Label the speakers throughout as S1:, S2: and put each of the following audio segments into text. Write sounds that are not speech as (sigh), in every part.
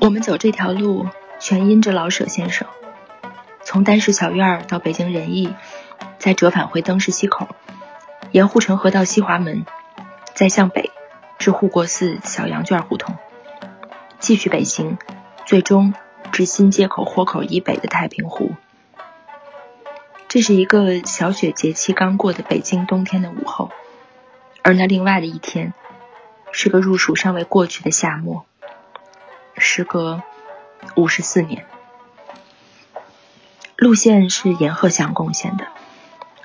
S1: 我们走这条路，全因这老舍先生。从丹市小院儿到北京人艺，再折返回灯市西口，沿护城河到西华门，再向北至护国寺小羊圈胡同，继续北行，最终至新街口豁口以北的太平湖。这是一个小雪节气刚过的北京冬天的午后，而那另外的一天，是个入暑尚未过去的夏末。时隔五十四年，路线是阎鹤祥贡献的。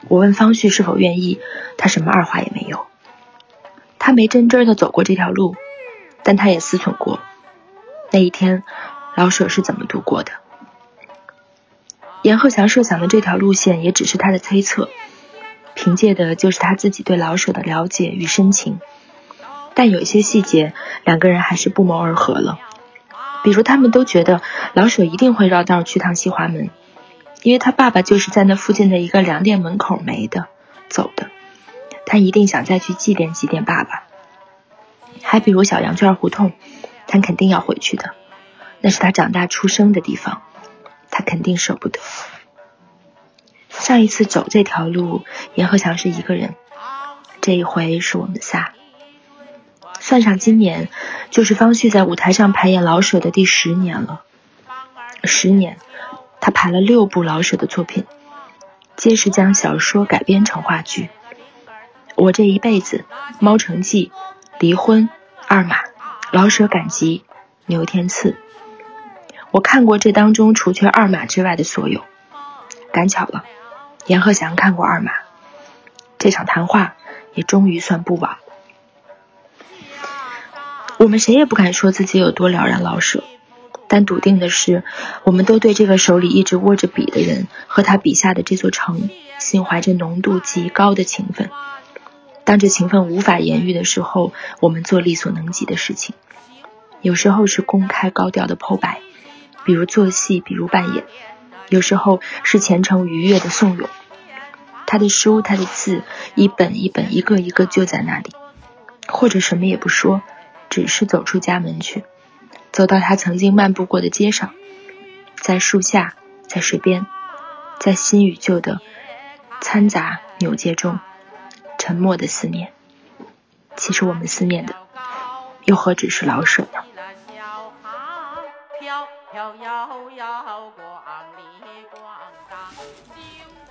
S1: 我问方旭是否愿意，他什么二话也没有。他没真真的走过这条路，但他也思忖过那一天老舍是怎么度过的。阎鹤祥设想的这条路线也只是他的推测，凭借的就是他自己对老舍的了解与深情。但有一些细节，两个人还是不谋而合了。比如，他们都觉得老舍一定会绕道去趟西华门，因为他爸爸就是在那附近的一个粮店门口没的走的，他一定想再去祭奠祭奠爸爸。还比如小羊圈胡同，他肯定要回去的，那是他长大出生的地方，他肯定舍不得。上一次走这条路，阎鹤祥是一个人，这一回是我们仨。算上今年，就是方旭在舞台上排演老舍的第十年了。十年，他排了六部老舍的作品，皆是将小说改编成话剧。我这一辈子、猫城记、离婚、二马、老舍赶集、牛天赐，我看过这当中除却二马之外的所有。赶巧了，阎鹤祥看过二马，这场谈话也终于算不晚。我们谁也不敢说自己有多了然老舍，但笃定的是，我们都对这个手里一直握着笔的人和他笔下的这座城，心怀着浓度极高的情分。当这情分无法言喻的时候，我们做力所能及的事情，有时候是公开高调的剖白，比如做戏，比如扮演；有时候是虔诚愉悦的颂咏。他的书，他的字，一本一本，一个一个就在那里，或者什么也不说。只是走出家门去，走到他曾经漫步过的街上，在树下，在水边，在新与旧的掺杂扭结中，沉默的思念。其实我们思念的，又何止是老舍呢？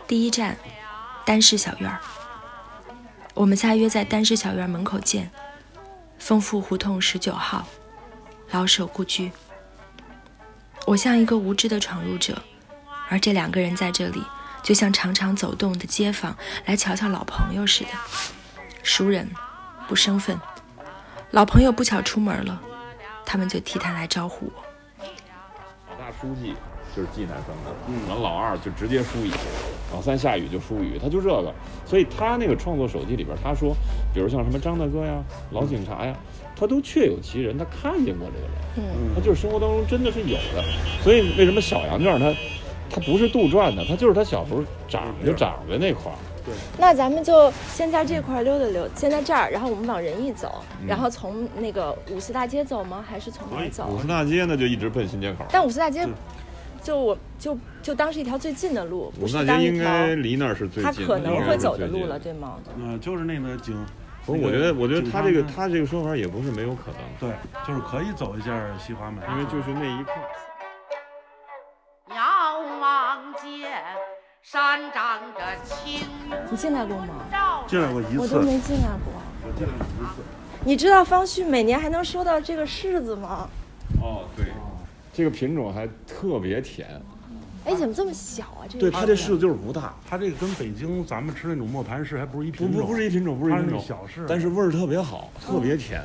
S1: 第一站，丹氏小院儿。我们仨约在丹氏小院门口见。丰富胡同十九号，老舍故居。我像一个无知的闯入者，而这两个人在这里，就像常常走动的街坊来瞧瞧老朋友似的。熟人不生分，老朋友不巧出门了，他们就替他来招呼我。
S2: 老大书记就是济南分部，然后老二就直接疏雨，老三下雨就疏雨，他就这个。所以他那个创作手记里边，他说。比如像什么张大哥呀、老警察呀，他都确有其人，他看见过这个人，嗯，他就是生活当中真的是有的。所以为什么小羊圈他，他不是杜撰的，他就是他小时候长就长在那块儿。
S3: 对。那咱们就先在这块溜达溜，先在这儿，然后我们往仁义走，
S2: 嗯
S3: 然后从那个五四大街走吗？还是从哪儿走？
S2: 五四大街呢，就一直奔新街口。
S3: 但五四大街，就我就就当是一条最近的路，
S2: 五四大街应该离那儿是最
S3: 近，他可能会走的路了，对吗？
S4: 嗯，就是那个景。
S2: 不是，我觉得，我觉得他这个
S3: 嗯
S2: 他这个说法也不是没有可能。
S4: 对，就是可以走一下西华门，
S2: 因为就是那一刻。
S5: 遥望见山长着青。
S3: 你进来过吗？
S4: 进来过一次。
S3: 我都没进来过。
S4: 我进来过一次。
S3: 你知道方旭每年还能收到这个柿子吗？
S2: 哦，对，这个品种还特别甜。
S3: 哎，怎么这么小啊？这个
S6: 嗯
S2: 对它这柿子就是不大，
S4: 它这个跟北京咱们吃那种磨盘柿还不是一品
S2: 种，不不是一品种，不是一品种，
S4: 小柿，
S2: 但是味儿特别好，特别甜。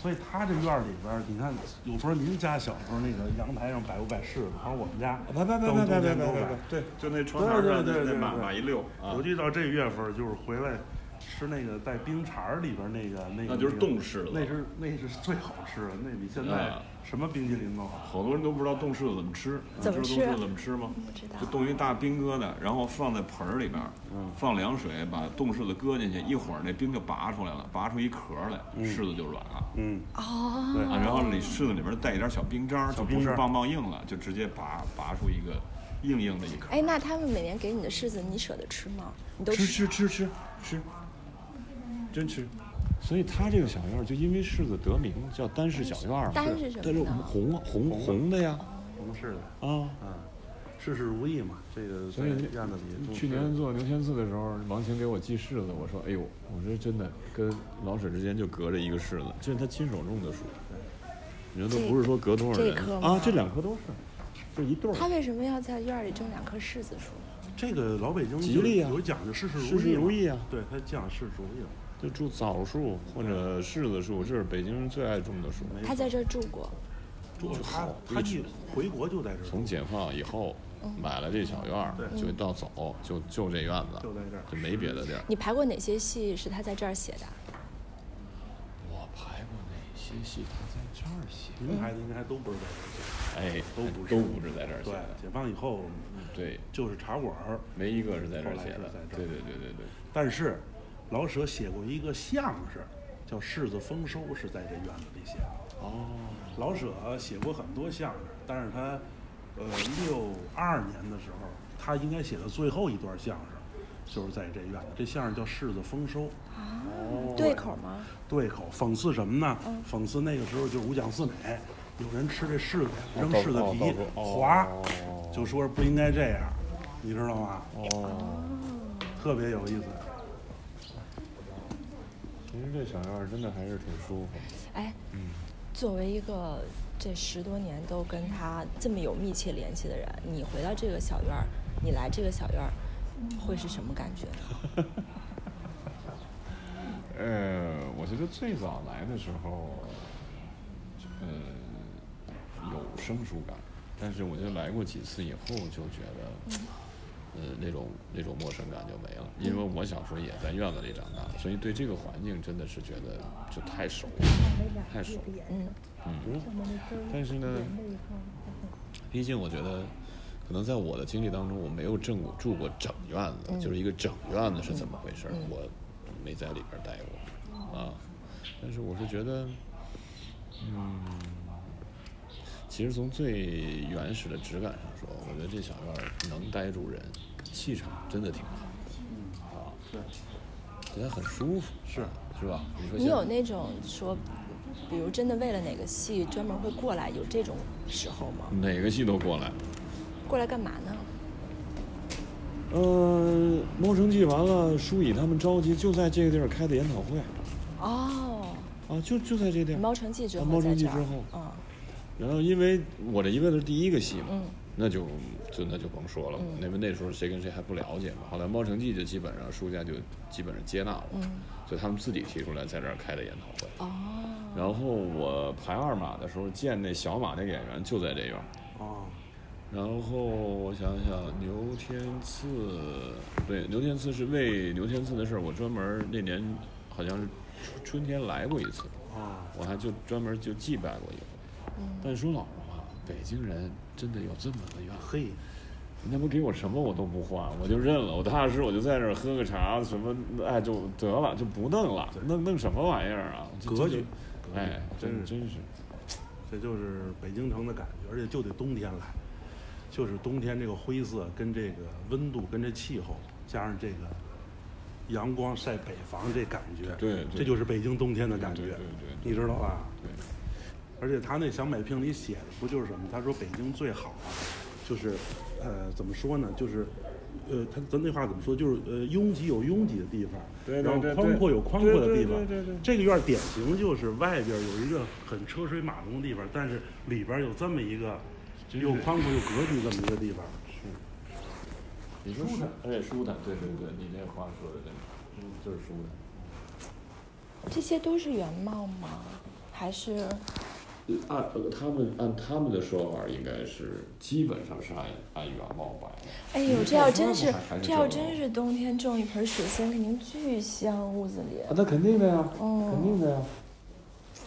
S4: 所以它这院里边，你看，有时候您家小时候那个阳台上摆不摆柿子？反正我们家
S2: 摆摆摆摆摆摆摆摆，
S4: 对，
S2: 就那窗台上那满满一溜。
S4: 尤其到这月份，就是回来吃那个带冰碴儿里边那个那个，
S6: 那就是
S4: 个
S6: 冻柿子
S4: 那是那是最好吃的，那比现在
S6: 啊
S4: 什么冰激凌都好。
S6: 好多人都不知道冻柿子怎么吃，你
S1: 怎么
S6: 知
S1: 吃
S6: 道冻柿
S1: 啊
S6: 子怎么吃吗？
S1: 不知道
S6: 就冻一大冰疙瘩，然后放在盆儿里边儿，
S2: 嗯
S6: 放凉水，把冻柿子搁进去，一会儿那冰就拔出来了，拔出一壳来，柿子就软了。
S2: 嗯，
S1: 哦，
S6: 啊，然后里柿子里边带一点小冰渣儿，就不
S4: 冰
S6: 是
S4: 渣儿
S6: 棒棒硬了，就直接拔拔出一个硬硬的一颗。
S1: 哎，那他们每年给你的柿子，你舍得吃吗？你都
S6: 吃吃吃吃吃，真吃。
S2: 所以它这个小院儿就因为柿子得名叫单柿小院儿嘛，
S1: 单是什
S2: 但是
S1: 么呢？
S2: 红红红的呀，
S4: 红柿子，
S2: 啊，
S4: 嗯，事事如意嘛，这个在
S2: 所以
S4: 院子里种
S2: 去
S4: 柿
S2: 年
S4: 子
S2: 做牛天赐的时候，王琴给我寄柿子，我说：“哎呦，我说真的，跟老舍之间就隔着一个柿子，这是他亲手种的树，人家都不是说隔多少
S1: 这
S2: 人
S1: 这棵吗
S2: 啊，这两棵都是，就一对儿。
S1: 他为什么要在院儿里种两棵柿子树呢？
S4: 这个老北京
S2: 吉
S4: 有
S2: 利啊
S4: 有讲究事事
S2: 事事
S4: 嘛
S2: 如意啊
S4: 对他讲事事如意了，
S2: 就种枣树或者柿子树，这是北京人最爱种的树。
S4: 没
S1: 他在这儿住过，
S4: 住
S2: 就
S4: 他
S2: 好
S4: 他
S2: 一
S4: 一回国就在这儿，
S2: 从解放以后，买了这小院儿，
S4: 对
S2: 就到走就就这院子，
S4: 就在这儿
S2: 就没别的地儿。
S1: 你排过哪些戏是他在这儿写的？
S2: 我排过哪些戏？他在这儿写？
S4: 您孩子应该都不是在这儿。
S2: 哎，
S4: 都不是
S2: 都不是在这儿写
S4: 对
S2: 的，，
S4: 解放以后
S2: 对。
S4: 就是茶馆儿，
S2: 没一个是在这儿写的
S4: 后来是在，这儿
S2: 对对对对对，
S4: 但是老舍写过一个相声，叫《柿子丰收》，是在这院子里写的。
S2: 哦，
S4: 老舍写过很多相声，但是他，呃，六二年的时候，他应该写的最后一段相声，就是在这院子。这相声叫《柿子丰收》，
S2: 哦
S1: 对口吗？
S4: 对口讽刺什么呢？讽刺那个时候就是五讲四美，有人吃这柿子扔柿子
S2: 哦
S4: 皮
S2: 哦哦
S4: 滑，就说不应该这样，你知道吗？
S2: 哦
S4: 特别有意思。
S2: 其实这小院儿真的还是挺舒服的。
S1: 哎，作为一个这十多年都跟他这么有密切联系的人，你回到这个小院儿，你来这个小院儿，会是什么感觉呢？
S2: 呃，我觉得最早来的时候，呃，有生疏感，但是我觉得来过几次以后就觉得，呃，那种那种陌生感就没了，因为我小时候也在院子里长大，所以对这个环境真的是觉得就太熟了，太熟了。
S1: 嗯，
S2: 但是呢，毕竟我觉得，可能在我的经历当中，我没有正住过整院子，就是一个整院子是怎么回事儿，我没在里边儿待过啊。但是我是觉得，嗯，嗯其实从最原始的质感上说，我觉得这小院儿能待住人，气场真的挺好，啊，对，觉得很舒服，是是吧？你说
S1: 你
S2: 现在
S1: 有那种说，比如真的为了哪个戏专门会过来，有这种时候吗？
S2: 哪个戏都过来，
S1: 过来干嘛呢？
S2: 呃，猫城记完了，舒乙他们着急，就在这个地儿开的研讨会
S1: 哦，
S2: 啊，就就在这地
S1: 《
S2: 儿。
S1: 猫城记》之后
S2: 啊猫城
S1: 在
S2: 记
S1: 这儿，
S2: 之后
S1: 嗯，
S2: 然后因为我这一问的是第一个戏嘛，
S1: 嗯
S2: 那就就那就甭说了嘛，因为那时候谁跟谁还不了解嘛。后来猫城记就基本上舒家就基本上接纳我，
S1: 嗯
S2: 所以他们自己提出来在这儿开的研讨会。
S1: 哦，
S2: 然后我排二马的时候见那小马那个演员就在这院儿。
S4: 哦，
S2: 然后我想想，牛天赐，对，牛天赐是为牛天赐的事儿，我专门儿那年好像是春春天来过一次，
S4: 哦，
S2: 我还就专门就祭拜过一回。但说老实话，北京人真的有这么个怨恨，
S4: 嘿，
S2: 人家不给我什么我都不换，我就认了，我踏踏实实我就在这儿喝个茶，什么哎就得了，就不弄了，弄弄什么玩意儿啊？这
S4: 格局，
S2: 这就哎，真
S4: 格局
S2: 真是。
S4: 这就是北京城的感觉，而且就得冬天来，就是冬天这个灰色跟这个温度跟这气候，加上这个阳光晒北房这感觉，
S2: 对对
S4: 这就是北京冬天的感觉，
S2: 对对对对
S4: 你知道吧？
S2: 对
S4: 而且他那小美评里写的不就是什么？他说北京最好啊，就是，呃，怎么说呢？就是，呃，他咱那话怎么说？就是呃，拥挤有拥挤的地方，
S2: 对对对
S4: 然后宽阔有宽阔的地方。
S2: 对对对对对
S4: 这个院儿典型就是外边有一个很车水马龙的地方，但是里边有这么一个又宽阔又格局这么一个地方。
S2: 你说舒坦，哎，舒坦，对对对，你这话说的真是，哎就是舒坦。
S1: 这些都是原貌吗？还是
S2: 呃按呃他们按他们的说法，应该是基本上是按按原貌摆的。
S1: 哎呦，这要真
S7: 还
S1: 是
S7: 还是
S1: 这要
S7: 这种
S1: 真是冬天种一盆水仙，肯定巨香屋子里。
S2: 啊，那肯定的呀，
S1: 嗯
S2: 肯定的呀。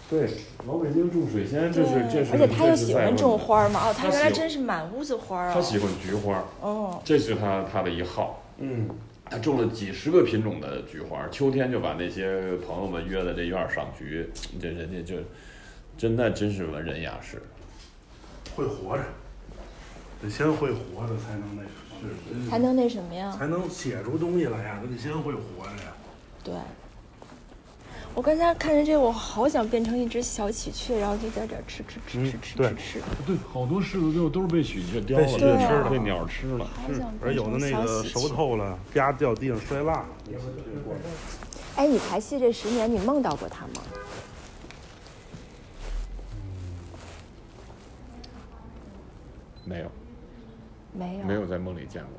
S2: 对，老北京种水仙，这
S1: 对，
S2: 是这是，
S1: 而且他
S2: 这
S1: 又
S2: 是
S1: 喜
S2: 在
S1: 欢
S2: 乎
S1: 种
S2: 的，
S1: 花儿嘛，哦，
S2: 他
S1: 他原来
S2: 喜
S1: 真是满屋子花儿啊
S2: 他。喜欢菊花，
S1: 哦，
S2: 这是他他的一号。
S8: 嗯，
S2: 他种了几十个品种的菊花，秋天就把那些朋友们约在这院儿赏菊，这人家就真那真是文人雅士。
S4: 会活着，得先会活着才能那什么，
S1: 才能那什么呀？
S4: 才能写出东西来呀，他得先会活着呀。
S1: 对。我刚才看着这，我好想变成一只小喜鹊，然后就在这儿吃吃吃吃吃
S4: 对
S1: 吃吃，
S2: 嗯对，好多柿子最后都是被喜鹊叼
S4: 被喜
S1: 鹊吃
S2: 了，
S4: 了
S2: 被鸟吃了。
S1: 好想
S4: 而
S1: 变
S4: 有
S1: 成
S4: 的那
S1: 小
S4: 个
S1: 喜
S4: 熟
S1: 鹊。
S4: 透了，啪掉地上摔烂了。
S1: 哎，你排戏这十年，你梦到过他吗？
S2: 没有，
S1: 没有，
S2: 没有在梦里见过。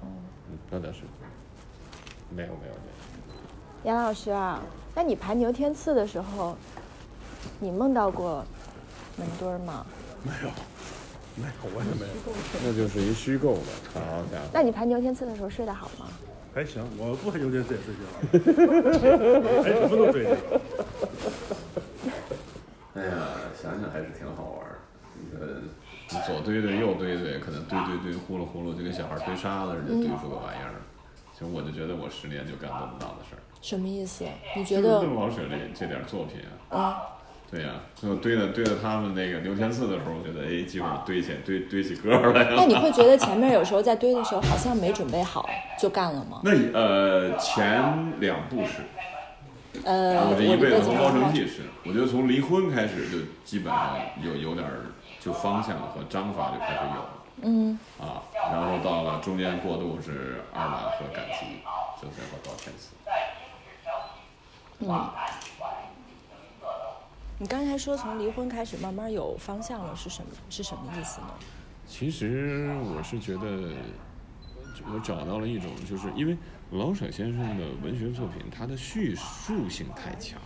S1: 哦
S2: 嗯，那倒是，没有没有没有。
S1: 杨老师啊，那你排牛天赐的时候，你梦到过门墩儿吗？
S4: 没有，我也没有。
S2: 那就是一虚构的，好家伙！
S1: 那你排牛天赐的时候睡得好吗？
S4: (laughs) 还行，我不很有点自己睡觉， (laughs) 还什么都睡觉。
S7: 哎呀，想想还是挺好玩儿。呃，你左堆堆，右堆堆，可能堆堆堆，呼噜呼噜，就跟小孩堆沙子似的，堆出个玩意儿。其实我就觉得我十年就干这么大的事儿，
S1: 什么意思？你觉
S7: 就是
S1: 得
S7: 邓宝水这这点儿作品啊，
S1: 啊？
S7: 对呀、最后堆到堆到他们那个牛天赐的时候，我觉得哎，基本上堆起堆堆起歌儿来了。
S1: 那你会觉得前面有时候在堆的时候好像没准备好就干了吗？
S7: 那也呃前两部是，
S1: 呃，
S7: 我
S1: 我
S7: 这一辈子
S1: 的
S7: 从
S1: 情
S7: 包
S1: 况
S7: 成记是，我觉得从离婚开始就基本上有有点儿就方向和章法就开始有了。
S1: 嗯，
S7: 啊，然后到了中间过渡是二马和赶集，就最后到天赐。
S1: 你刚才说从离婚开始慢慢有方向了，是什么是什么意思呢？
S2: 其实我是觉得，我找到了一种，就是因为老舍先生的文学作品，它的叙述性太强，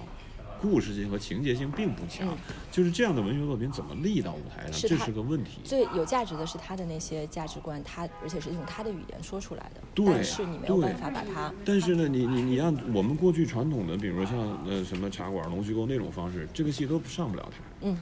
S2: 故事性和情节性并不强，就是这样的文学作品怎么立到舞台上，
S1: 嗯是
S2: 这
S1: 它
S2: 是个问题。
S1: 最有价值的是他的那些价值观，他而且是用他的语言说出来的，
S2: 对啊
S1: 但是你没有
S2: 对
S1: 办法把它
S2: 但是呢，你你你按我们过去传统的，比如说像呃什么茶馆、龙须沟那种方式，这个戏都上不了台。
S1: 嗯。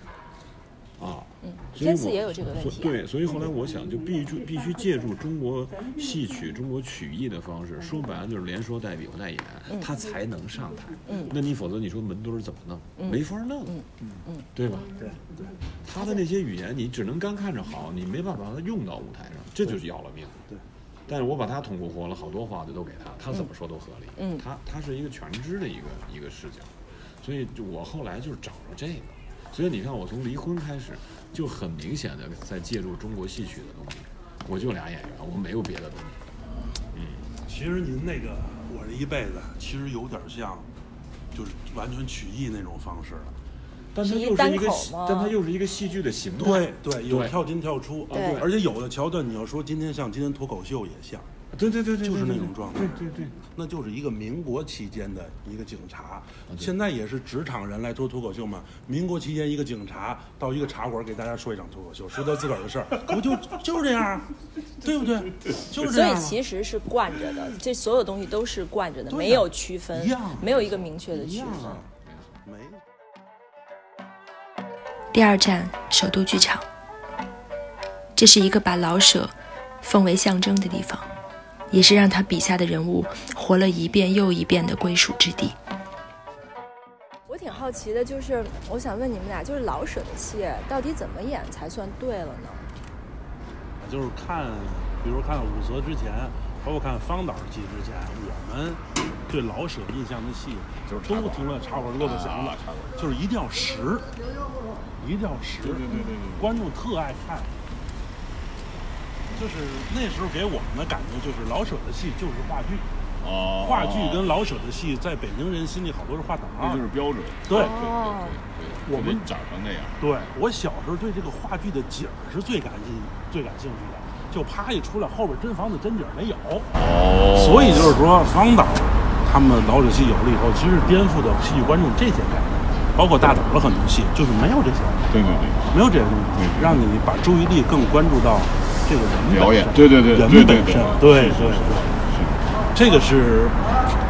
S2: 啊，嗯，
S1: 这次也有这个问题啊
S2: 所对，所以后来我想，就必须必须借助中国戏曲、中国曲艺的方式，说白了就是连说带比划带演，
S1: 嗯
S2: 他才能上台。嗯，那你否则你说门墩儿怎么弄？没法弄。嗯嗯，对吧？对对，他的那些语言，你只能干看着好，你没办法把它用到舞台上，这就是要了命。对。但是我把他捅咕活了，好多话就都给他，他怎么说都合理。
S1: 嗯
S2: 他他是一个全知的一个一个视角，所以就我后来就是找着这个，所以你看我从离婚开始就很明显的在借助中国戏曲的东西，我就俩演员，我没有别的东西。
S4: 其实您那个我这一辈子其实有点像，就是完全曲艺那种方式了。
S2: 但它
S1: 是一
S2: 又是
S1: 单
S2: 一个
S1: 口
S2: 戏，
S1: 吗
S2: 但它又是一个戏剧的形态。
S4: 对对，有
S2: 对
S4: 跳进跳出，
S1: 对对
S4: 而且有的桥段你要说今天像今天脱口秀也像，
S2: 对对对对，
S4: 就是
S2: 对
S4: 那种状态
S2: 对对对，
S4: 那就是一个民国期间的一个警察，现在也是职场人来做脱口秀嘛。民国期间一个警察到一个茶馆给大家说一场脱口秀，说他自个儿的事儿，可不就就是这样啊，对不对？就是这
S1: 所
S4: 样
S1: 以
S4: 啊。
S1: 其实是惯着的，这所有东西都是惯着的，
S4: 对啊
S1: 没有区分
S4: 一样，
S1: 没有一个明确的区分。
S4: 嗯没
S9: 第二站首都剧场，这是一个把老舍奉为象征的地方，也是让他笔下的人物活了一遍又一遍的归属之地。
S1: 我挺好奇的，就是我想问你们俩，就是老舍的戏到底怎么演才算对了呢？
S4: 就是看，比如看武则之前，包括看方导戏之前，我们对老舍印象的戏，
S7: 就是茶
S4: 都
S7: 馆
S4: 听了茶馆骆驼祥
S7: 啊
S4: 了，就是一定要实，一定要实，对对对对观众特爱看。就是那时候给我们的感觉就是老舍的戏就是话剧，
S7: 哦
S4: 话剧跟老舍的戏在北京人心里好多是画等
S7: 那
S4: 号
S7: 就是。标准。
S4: 对
S1: 哦，
S7: 对，
S4: 我
S7: 就得
S4: 们
S7: 长成那样。
S4: 对，我小时候对这个话剧的景儿是最感兴最感兴趣的，就啪一出来，后边真房子真景儿没有。
S7: 哦
S4: 所以就是说，方导他们老舍戏有了以后，其实颠覆的戏剧观众这些概念。包括大胆的很多戏，就是没有这些，
S2: 对对对，
S4: 没有这些东
S2: 对，
S4: 西让你把注意力更关注到这个人本身
S2: 表演，对对对，
S4: 人
S2: 对
S4: 本
S2: 对
S4: 身，
S2: 对，
S4: 对对对，这个是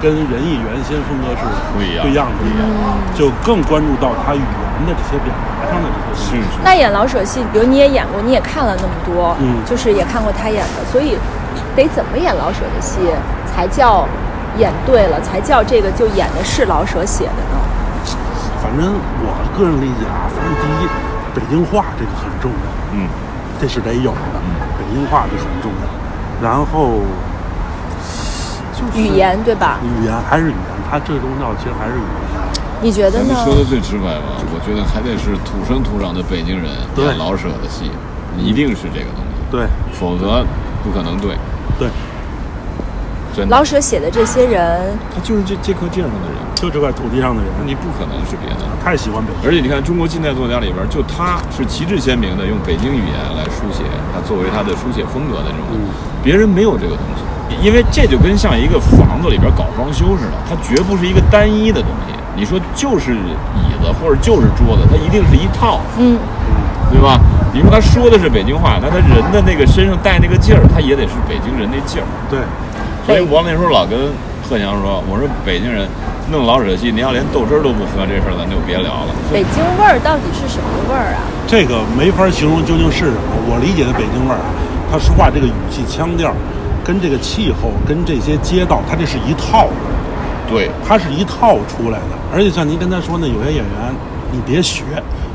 S4: 跟仁义原先风格是
S2: 不一样
S4: 不一样的，就更关注到他语言的这些表达上的这些
S2: 是
S4: 东西。
S2: 是，
S9: 那演老舍戏，比如你也演过，你也看了那么多，
S4: 嗯
S9: 就是也看过他演的，所以得怎么演老舍的戏才叫演对了，才叫这个就演的是老舍写的呢？
S4: 反正我个人理解啊，反正第一，北京话这个很重要。
S2: 嗯，
S4: 这是得有的，北京话这很重要。然后就是
S9: 语言对吧？
S2: 嗯
S4: 语言还是语言，它最重要其实还是语言。
S9: 你觉得
S2: 咱们
S9: 呢？
S2: 说的最直白吧，我觉得还得是土生土长的北京人
S4: 对
S2: 演老舍的戏，一定是这个东西，
S4: 对
S2: 否则不可能对，
S4: 对，
S2: 真的
S9: 老，舍写的这些人，
S2: 他就是这这颗这样的人，
S4: 就这块土地上的人，
S2: 你不可能是别的。
S4: 太喜欢北京。
S2: 而且你看，中国近代作家里边，就他是旗帜鲜明的用北京语言来书写，他作为他的书写风格的这种，别人没有这个东西，因为这就跟像一个房子里边搞装修似的，它绝不是一个单一的东西。你说就是椅子或者就是桌子，它一定是一套，
S9: 嗯，
S2: 对吧？你说他说的是北京话，那他人的那个身上带那个劲儿，他也得是北京人那劲儿。
S4: 对，
S2: 所以我那时候老跟贺强说，我说北京人弄老舍戏，您要连豆汁儿都不喝，这事儿咱就别聊了。
S9: 北京味儿到底是什么味儿啊？
S4: 这个没法形容究竟是什么。我理解的北京味儿啊，他说话这个语气腔调，跟这个气候，跟这些街道，它这是一套的。
S2: 对，
S4: 它是一套出来的，而且像您刚才说那有些演员，你别学，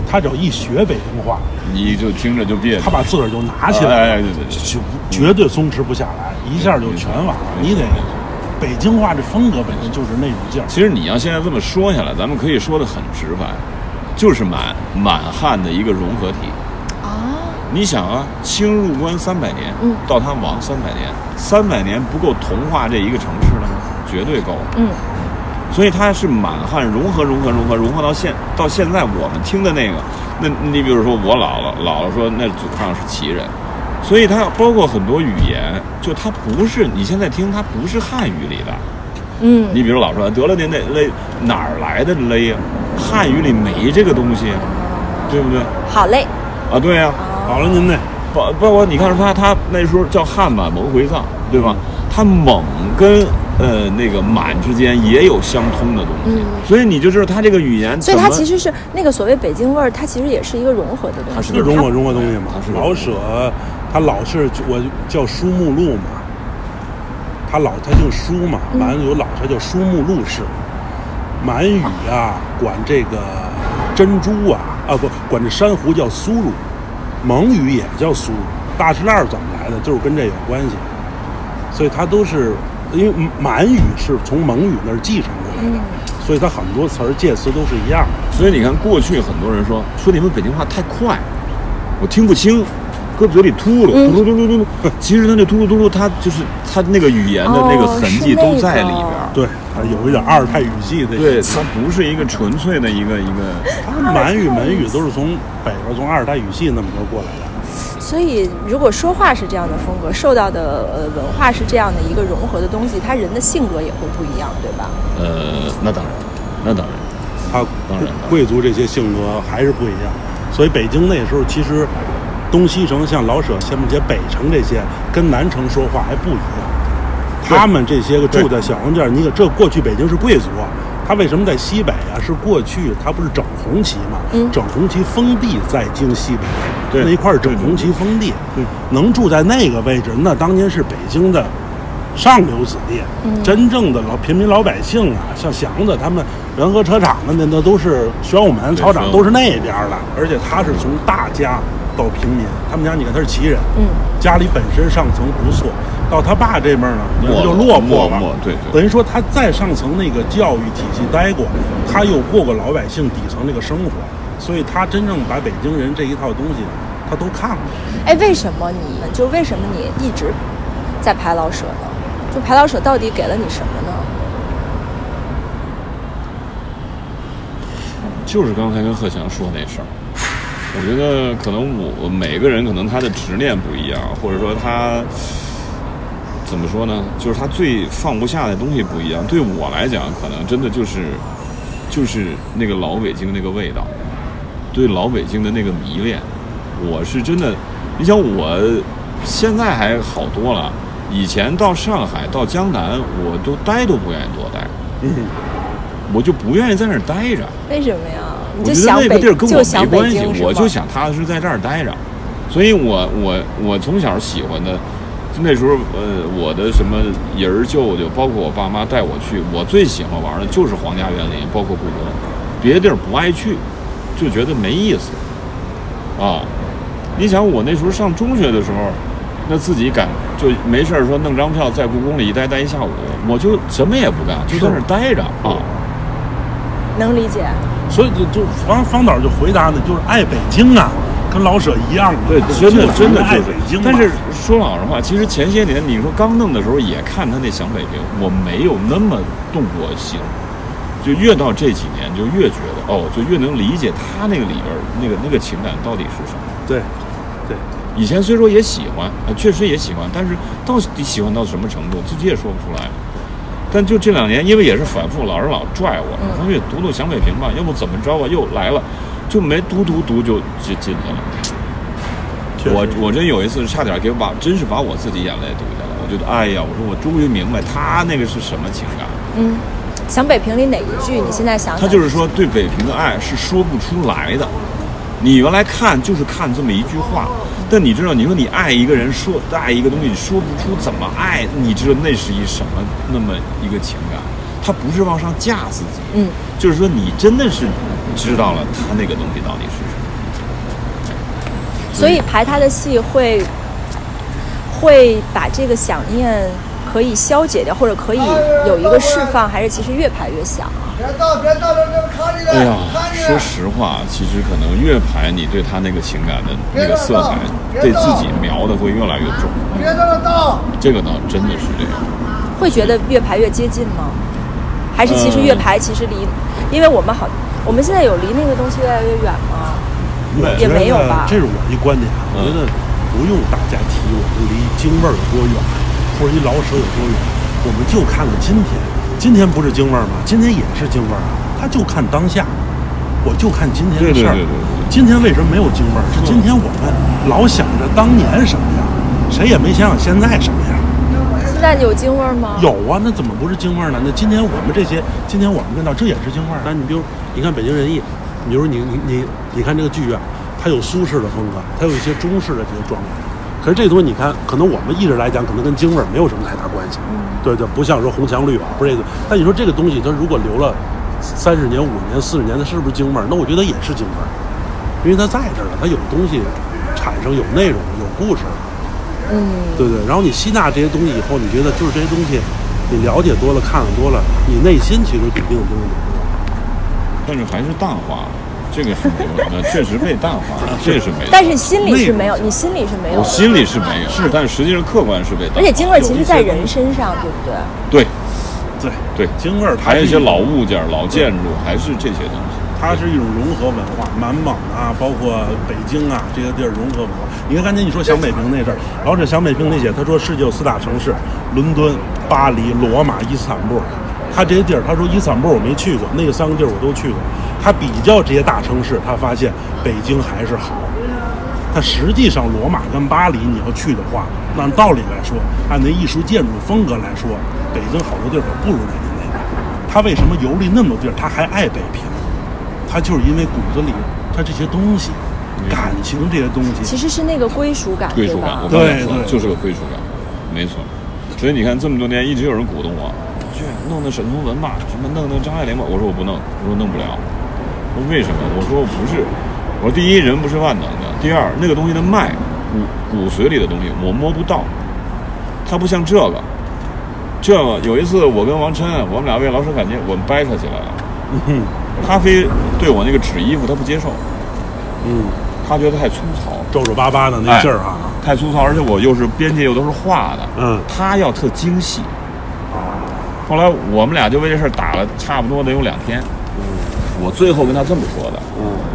S4: 他只要一学北京话，
S2: 你就听着就别扭。
S4: 他把自个儿就拿起来了，
S2: 哎哎哎对对对
S4: 就绝对松弛不下来，一下就全完了。你得北京话这风格本身就是那种劲儿，
S2: 其实你要现在这么说下来，咱们可以说的很直白，就是满满汉的一个融合体。
S9: 啊，
S2: 你想啊，清入关三百年，
S9: 嗯
S2: 到他亡三百年，三百年不够同化这一个城市了吗？绝对够。
S9: 嗯，
S2: 所以它是满汉融合、融合、融合、融合到现到现在我们听的那个，那你比如说我姥姥姥姥说那祖上是齐人，所以它包括很多语言，就它不是你现在听它不是汉语里的，
S9: 嗯，
S2: 你比如老说得了您那勒哪儿来的勒呀？汉语里没这个东西，对不对？
S9: 好嘞，
S2: 啊，对
S9: 哦
S2: 呀、
S4: 好了，您那
S2: 包包括你看他他那时候叫汉满蒙回藏，对吧？
S9: 嗯
S2: 他蒙跟呃那个满之间也有相通的东西，所以你就知道他这个语言
S9: 嗯所
S2: 怎
S9: 以
S2: 么，
S9: 它其实是那个所谓北京味儿，它其实也是一个融合的东
S2: 它
S9: 西。哦
S2: 是
S4: 是融合融合东西嘛
S2: 它是，
S4: 老舍他老是我叫书目录嘛，他老他姓书嘛，满有老他叫书目录氏，满语啊管这个珍珠啊啊不管这珊瑚叫苏乳，蒙语也叫苏乳，大石烂怎么来的就是跟这有关系，所以它都是因为满语是从蒙语那儿继承过来的，所以它很多词儿介词都是一样的，
S2: 所以你看过去很多人说说你们北京话太快，我听不清。搁嘴里秃噜
S9: 嗯
S2: 嘟噜嘟噜嘟噜，其实他那秃噜嘟噜，他就是他那个语言的那个
S9: 哦
S2: 痕
S9: 是
S2: 迹都
S9: 那
S2: 在
S9: 个
S2: 里边儿。
S4: 对，它有一点阿尔泰语系的。
S2: 对，它不是一个纯粹的一个一个
S4: 他们满语、蒙语都是从北边从阿尔泰语系那么着过来的。
S9: 所以，如果说话是这样的风格，受到的呃文化是这样的一个融合的东西，他人的性格也会不一样，对吧？
S2: 呃，那当然，那当然，
S4: 他
S2: 当然
S4: 贵族这些性格还是不一样，所以北京那时候其实东西城像老舍、前面街北城这些，跟南城说话还不一样。他们这些个住在小房间，你可这过去北京是贵族啊，他为什么在西北啊？是过去他不是整红旗嘛？整红旗封地在京西北，
S2: 对
S4: 那一块儿整红旗封地，能住在那个位置，那当年是北京的上流子弟，真正的老平民老百姓啊，像祥子他们仁和车厂的那那都是玄武门操场
S2: 玄武
S4: 都是那边儿的，而且他是从大家到平民，他们家你看他是旗人，
S9: 嗯，
S4: 家里本身上层不错，到他爸这边儿呢，
S2: 没
S4: 就
S2: 落
S4: 落
S2: 没
S4: 魄了
S2: 没，对对
S4: 等于说他在上层那个教育体系待过，他又过过老百姓底层那个生活，所以他真正把北京人这一套东西，他都看过。
S9: 哎，为什么你们就为什么你一直在排老舍呢？就排老舍到底给了你什么呢？
S2: 就是刚才跟贺强说那事儿。我觉得可能我每个人可能他的执念不一样，或者说他怎么说呢？就是他最放不下的东西不一样。对我来讲，可能真的就是就是那个老北京那个味道，对老北京的那个迷恋，我是真的，你想我现在还好多了，以前到上海到江南，我都待都不愿意多待，我就不愿意在那儿待着。
S9: 为什么呀？你
S2: 我
S9: 就
S2: 觉得
S9: 想
S2: 那个
S9: 北
S2: 地儿跟
S9: 就
S2: 我
S9: 想
S2: 没
S9: 北
S2: 关系
S9: 京，是
S2: 我
S9: 吗
S2: 就想踏踏实实在这儿待着。所以我我我从小喜欢的，就那时候呃，我的什么爷儿舅舅，包括我爸妈带我去，我最喜欢玩的就是皇家园林，包括故宫，别的地儿不爱去，就觉得没意思啊。你想我那时候上中学的时候，那自己敢就没事儿说弄张票在故宫里一待待一下午，我就什么也不干，就在那儿待着啊。
S9: 能理解。
S4: 所以就就方方导就回答呢，就是爱北京啊，跟老舍一样嘛。
S2: 对，
S4: 就
S2: 真的真的
S4: 爱
S2: 就
S4: 北京
S2: 是。
S4: 嘛。
S2: 但是说老实话，其实前些年你说刚弄的时候也看他那《想北京》，我没有那么动过心，就越到这几年就越觉得哦，就越能理解他那个里边儿那个那个情感到底是什么。
S4: 对对，
S2: 以前虽说也喜欢，呃确实也喜欢，但是到底喜欢到什么程度，自己也说不出来。但就这两年，因为也是反复，老是老拽我，咱们也读读《想北平》吧，要不怎么着啊，又来了，就没读读读就就进去了。
S4: 确实
S2: 我我真有一次差点给把，真是把我自己眼泪堵下来。我觉得，哎呀，我说我终于明白他那个是什么情感。
S9: 嗯，想北平里哪一句？你现在想想，
S2: 他就是说对北平的爱是说不出来的。你原来看就是看这么一句话，但你知道，你说你爱一个人说爱一个东西，你说不出怎么爱，你知道那是一什么那么一个情感，他不是往上架自己，
S9: 嗯，
S2: 就是说你真的是知道了他那个东西到底是什么。
S9: 所以排他的戏会会把这个想念可以消解掉，或者可以有一个释放，还是其实越排越响？
S10: 别到，别到，这这看着
S2: 哎呀
S10: 呢，看，着
S2: 说
S10: 呢。
S2: 实话，其实可能越排你对他那个情感的那个色彩，对自己描的会越来越重。
S10: 别到了到，
S2: 这个倒真的是这样。
S9: 会觉得越排越接近吗？还是
S2: 嗯
S9: 其实越排其实离，因为我们好，我们现在有离那个东西越来越远吗？
S4: 我
S9: 也
S4: 觉
S9: 没有
S4: 得
S9: 吧
S4: 这是我一观点啊，我觉得不用大家提我们离京味儿有多远，或者离老舍有多远，我们就看看今天。今天不是京味儿吗？今天也是京味儿啊，他就看当下，我就看今天
S2: 对
S4: 的
S2: 对
S4: 事儿。
S2: 对对对
S4: 今天为什么没有京味儿？是今天我们老想着当年什么样，谁也没想想现在什么样。
S9: 现在有京味儿吗？
S4: 有啊，那怎么不是京味儿呢？那今天我们这些，今天我们看到这也是京味儿。啊但你比如，你看北京人艺，你比如你你你你看这个剧院，它有苏式的风格，它有一些中式的这些装潢。可是这东西你看，可能我们意识来讲，可能跟京味儿没有什么太大关系，对对，不像说红墙绿瓦，不是这个。但你说这个东西，它如果留了三十年、五十年、四十年，它是不是京味儿？那我觉得也是京味儿，因为它在这儿了，它有东西产生，有内容，有故事。对对，然后你吸纳这些东西以后，你觉得就是这些东西，你了解多了，看的多了，你内心其实笃定的东西也多。
S2: 但是还是淡化了，这个是没有 (laughs) 的，确实被淡化了，这啊是没有。
S9: 但是心里是没有，你心里是没有
S2: 我
S9: 的。
S2: 心里是没有，是，但实际上客观是被淡化。
S9: 而且京味儿其实在人身上，对不对？
S2: 对
S4: 对
S2: 对，
S4: 京味儿它
S2: 还有一
S4: 是
S2: 些老物件、老建筑，还是这些东西。
S4: 它是一种融合文化，满蒙啊，包括北京啊这些地儿融合文化。你看刚才你说想北平那阵儿，老舍想北平那写，他说世界有四大城市：伦敦、巴黎、罗马、伊斯坦布尔。他这些地儿，他说伊斯坦布尔我没去过，那三个地儿我都去过。他比较这些大城市，他发现北京还是好。它实际上罗马跟巴黎你要去的话，那按道理来说，按那艺术建筑风格来说，北京好多地儿可不如人家那个。他为什么游历那么多地儿，他还爱北平？他就是因为骨子里他这些东西，感情这些东
S9: 其
S4: 西，
S9: 实是那个归属感，
S2: 归
S9: 对
S2: 属感，
S9: 吧
S2: 我？刚才
S4: 对
S2: 说了
S4: 对
S2: 就是个归属感，没错。所以你看，这么多年一直有人鼓动我，去弄弄沈从文吧，什么弄弄张爱玲吧。我说我不弄，我说弄不了。我说为什么？我说我不是，我说第一人不是万能的，第二那个东西的脉，骨骨髓里的东西我摸不到，它不像这个。这个有一次我跟王琛，我们俩为老舍感情，我们掰扯起来了。他非对我那个纸衣服他不接受，
S4: 嗯，
S2: 他觉得太粗糙。
S4: (laughs) 皱皱巴巴的那劲儿啊，
S2: 太粗糙，而且我又是边界又都是画的，
S4: 嗯
S2: 他要特精细。后来我们俩就为这事儿打了差不多得有两天。我最后跟他这么说的，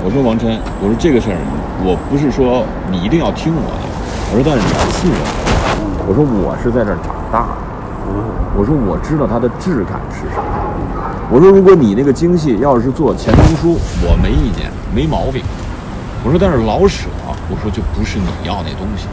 S2: 我说王琛，我说这个事儿，我不是说你一定要听我的，我说但是你要信任我，我说我是在这儿长大的，我说我知道它的质感是什么，我说如果你那个京戏要是做钱钟书，我没意见，没毛病。我说但是老舍，我说就不是你要那东西。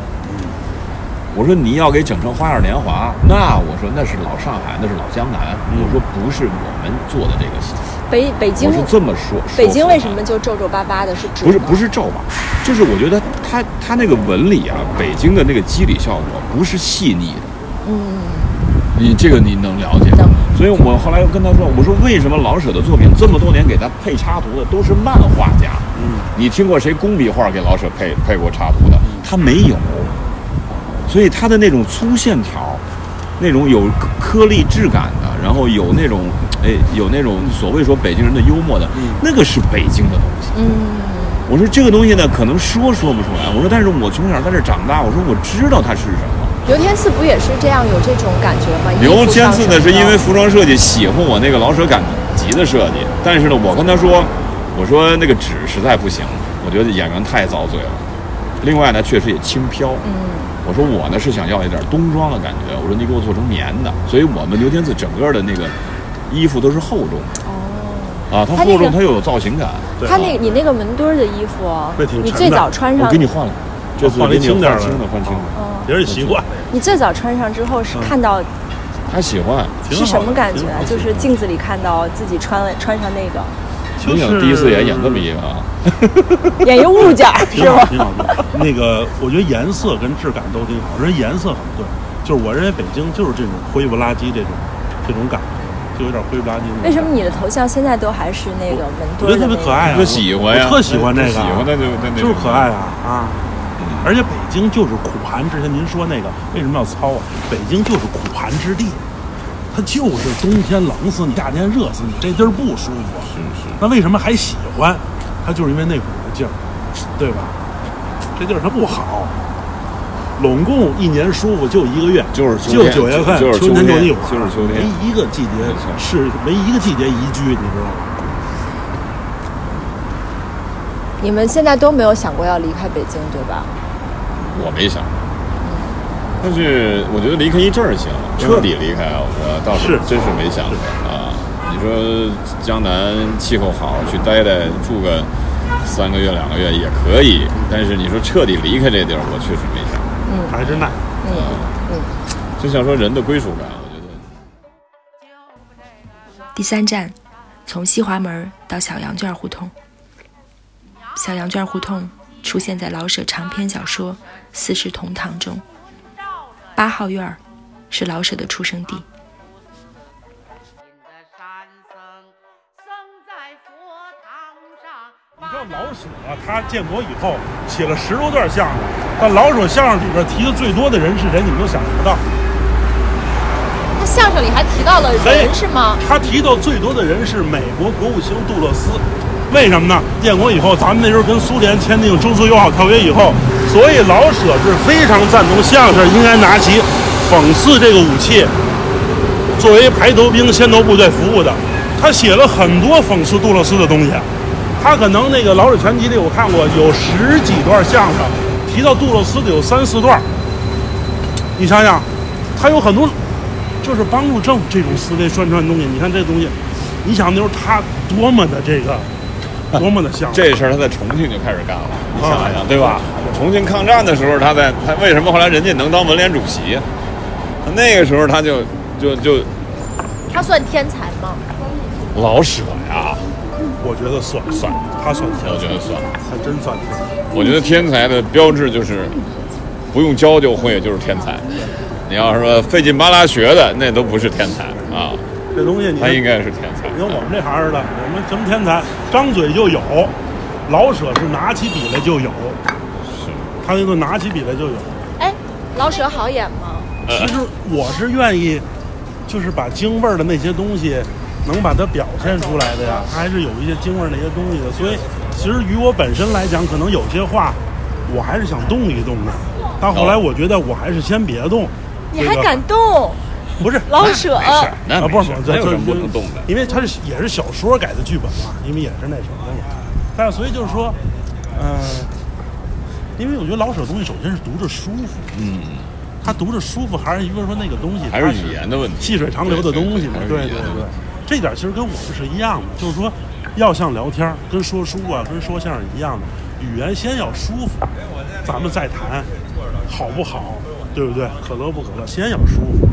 S2: 我说你要给整成《花样年华》，那我说那是老上海，那是老江南。我说不是我们做的这个戏。
S9: 北北嗯京
S2: 我是这么说。说
S9: 北京为
S2: 出
S9: 什
S2: 来
S9: 么就皱皱巴巴的？是指
S2: 不是
S9: 吗
S2: 不是照吧，就是我觉得他他那个纹理啊，北京的那个肌理效果不是细腻的。嗯，你这个你能了解吗？所以我后来又跟他说，我说为什么老舍的作品这么多年给他配插图的都是漫画家？嗯，你听过谁工笔画给老舍配配过插图的？
S9: 嗯
S2: 他没有，所以他的那种粗线条，那种有颗粒质感的，然后有那种哎有那种所谓说北京人的幽默的，那个是北京的东西。我说这个东西呢，可能说说不出来。我说，但是我从小在这长大，我说我知道它是什么。
S9: 刘天赐不也是这样有这种感觉吗？
S2: 刘天赐呢，是因为
S9: 服
S2: 服装设计喜欢我那个老舍赶集的设计，但是呢，我跟他说，我说那个纸实在不行，我觉得演员太遭罪了。另外呢，确实也轻飘。嗯，我说我呢是想要一点冬装的感觉，我说你给我做成棉的，所以我们刘天赐整个的那个衣服都是厚重的。啊，它
S9: 哦它那
S2: 厚重，
S9: 个
S2: 它又有造型感。
S9: 他那你那个门墩儿的衣服哦
S4: 那挺，沉
S9: 你
S4: 的
S9: 最早穿
S2: 我
S9: 上
S2: 给，你换了，这次
S4: 换了
S2: 给你
S4: 轻点儿哦
S2: 换轻
S4: 了
S2: 的，换轻的。
S4: 也是习惯，
S9: 你最早穿上之后
S2: 嗯
S9: 是看到
S2: 他喜欢。
S4: 挺好
S9: 是
S4: 的
S9: 什么感觉
S4: 挺好
S9: 啊？
S4: 的
S9: 就是镜子里看到自己穿了穿上那
S4: (laughs)
S9: 个，
S4: 就
S2: 你想
S4: 是
S2: 第一次演演这么一个啊？
S9: 演一物件儿
S4: 挺
S9: 是
S4: 好， (laughs)
S9: 吗？
S4: 挺好。挺好那个，我觉得颜色跟质感都挺好。人颜色很对，就是我认为北京就是这种灰不拉几这种这种感觉，就有点灰不拉几那种感觉。
S9: 为什么你的头像现在都还是那个门
S4: 我
S9: 墩
S4: 觉
S9: 儿
S4: 得
S9: 的
S4: 特别
S9: 那个
S4: 可爱啊，
S2: 特喜欢呀，
S4: 我特喜欢这个，啊
S2: 喜欢的就那嗯那
S4: 就是可爱啊啊！而且北京就是苦寒之前您说那个为什么要糙啊？北京就是苦寒之地，它就是冬天冷死你，夏天热死你，这地儿不舒服。啊是是。那为什么还喜欢？它就是因为那股子劲儿，对吧？这地儿它不好。拢共一年舒服就一个月，
S2: 就是秋
S4: 就
S2: 天
S4: 九月份，
S2: 就是秋
S4: 秋天就
S2: 天
S4: 一会儿，
S2: 就是秋天
S4: 没一个季节
S2: 没错
S4: 是没一个季节宜居，你知道吗？
S9: 你们现在都没有想过要离开北京，对吧？
S2: 我没想。但是我觉得离开一阵儿行，彻底离开我倒
S4: 是
S2: 真是没想过啊。你说江南气候好，去待待住个三个月两个月也可以，但是你说彻底离开这地儿，我确实没想过。啊
S4: 还是耐。
S2: 就像说人的归属感，我觉得。
S5: 第三站，从西华门到小羊圈胡同。小羊圈胡同出现在老舍长篇小说《四世同堂》中。八号院儿是老舍的出生地，
S11: 的山僧僧在佛堂上，
S4: 你知道老舍啊，他建国以后写了十多段相声，但老舍相声里边提的最多的人是谁，你们都想不到。
S9: 他相声里还提到了人是吗？
S4: 他提到最多的人是美国国务卿杜勒斯，为什么呢？建国以后，咱们那时候跟苏联签订中苏友好条约以后，所以老舍是非常赞同相声应该拿起讽刺这个武器，作为排头兵、先头部队服务的。他写了很多讽刺杜勒斯的东西，他可能那个《老舍全集》里我看过有十几段相声，提到杜勒斯的有三四段。你想想，他有很多就是帮助政府这种思维宣传东西。你看这东西，你想那时候他多么的这个，多么的像
S2: 这事儿他在重庆就开始干了，你想想，对吧？重庆抗战的时候，他在他为什么后来人家能当文联主席啊？那个时候他就就就
S9: 他算天才吗？
S2: 老舍呀，
S4: 我觉得算
S2: 算，
S4: 他算天
S2: 我觉
S4: 才，
S2: 得算。
S4: 还真算天才。
S2: 我觉得天才的标志就是不用教就会，就是天才。你要是说费劲巴拉学的，那都不是天才啊，
S4: 这东西你
S2: 他
S4: 看，
S2: 应
S4: 你
S2: 该是天才。
S4: 看我们这行似的，我们什么天才，张嘴就有，老舍是拿起笔来就有，他那个拿起笔来就有。
S9: 哎，老舍好演吗？
S4: 其实我是愿意，就是把京味儿的那些东西，能把它表现出来的呀，它还是有一些京味儿那些东西的。所以，其实于我本身来讲，可能有些话，我还是想动一动的。但后来我觉得，我还是先别动。
S9: 你还
S4: 这个
S9: 敢动？
S4: 不是
S9: 老舍
S2: 没事儿，那
S4: 啊？
S2: 没
S4: 不
S2: 事
S4: 是
S2: 儿，，
S4: 这
S2: 那有
S4: 这
S2: 什么不能动的？
S4: 因为它是也是小说改的剧本嘛，因为也是那什么的嘛。但是所以就是说，嗯、因为我觉得老舍东西首先是读着舒服，嗯，他读着舒服，还是一个说那个东西
S2: 还
S4: 它
S2: 是语言的问题，
S4: 细水长流的东西嘛，
S2: 还是
S4: 对
S2: 语言
S4: 对
S2: 的问
S4: 对
S2: 题。
S4: 这点其实跟我们是一样的，就是说，要像聊天儿跟说书啊，跟说相声一样的，语言先要舒服，咱们再谈好不好，对不对？可乐不可乐，先要舒服。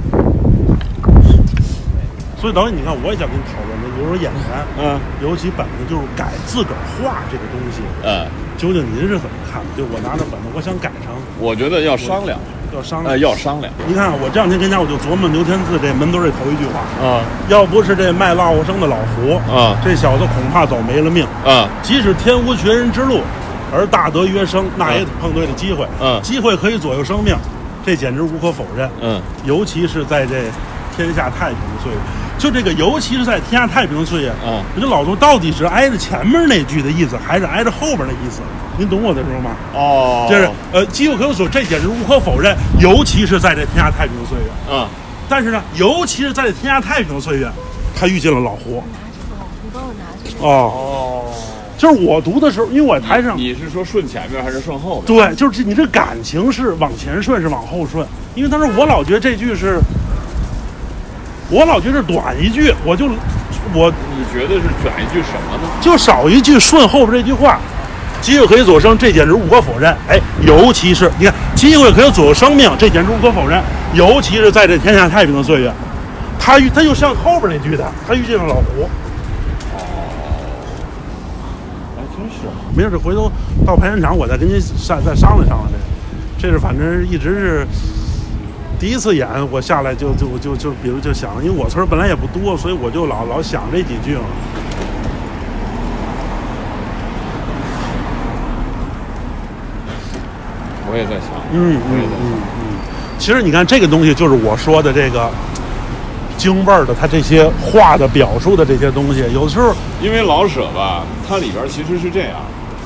S4: 所以导演，你看，我也想跟你讨论的，比如说演员，
S2: 嗯，
S4: 尤其本子就是改自个儿画这个东西，
S2: 呃，
S4: 究竟您是怎么看的？就我拿着本子，我想改成，
S2: 我觉得要商量，
S4: 要商量。
S2: 呃，要商量
S4: 你看，我这两天跟家我就琢磨刘天赐这门墩儿这头一句话，
S2: 啊
S4: 要不是这卖辣乎生的老胡，
S2: 啊
S4: 这小子恐怕早没了命。
S2: 啊，
S4: 即使天无绝人之路，而大德曰生，
S2: 啊
S4: 那也得碰对了机会。
S2: 嗯
S4: 机会可以左右生命，这简直无可否认。
S2: 嗯，
S4: 尤其是在这天下太平的岁月，就这个，尤其是在天下太平的岁月，
S2: 嗯
S4: 我这老头到底是挨着前面那句的意思，还是挨着后边那意思？您懂我的时候吗？
S2: 哦
S4: 就是呃，机会可有所，这简直无可否认，尤其是在这天下太平的岁月。
S2: 嗯，
S4: 但是呢，尤其是在这天下太平的岁月，他遇见了老胡。啊哦，就是我读的时候，因为我在台上，
S2: 你是说顺前面还是顺后面？
S4: 对，就是你这感情是往前顺是往后顺，因为当时我老觉得这句是，我老觉得是短一句，我就我
S2: 你觉得是卷一句什么呢？
S4: 就少一句顺后边这句话，机会可以左右生，这简直无可否认。哎，尤其是你看，机会可以左右生命，这简直无可否认。尤其是在这天下太平的岁月，他遇他又像后边那句的，他遇见了老胡。
S2: 还哎真是，啊
S4: 没事，回头到排练场我再跟您商再商量商量这个。这是反正一直是第一次演，我下来就就就就比如就想，因为我词儿本来也不多，所以我就老老想这几句嘛。
S2: 我也在想，
S4: 嗯
S2: 我也在想，
S4: 其实你看这个东西，就是我说的这个京味儿的，它这些话的表述的这些东西，有的时候，
S2: 因为老舍吧，它里边其实是这样，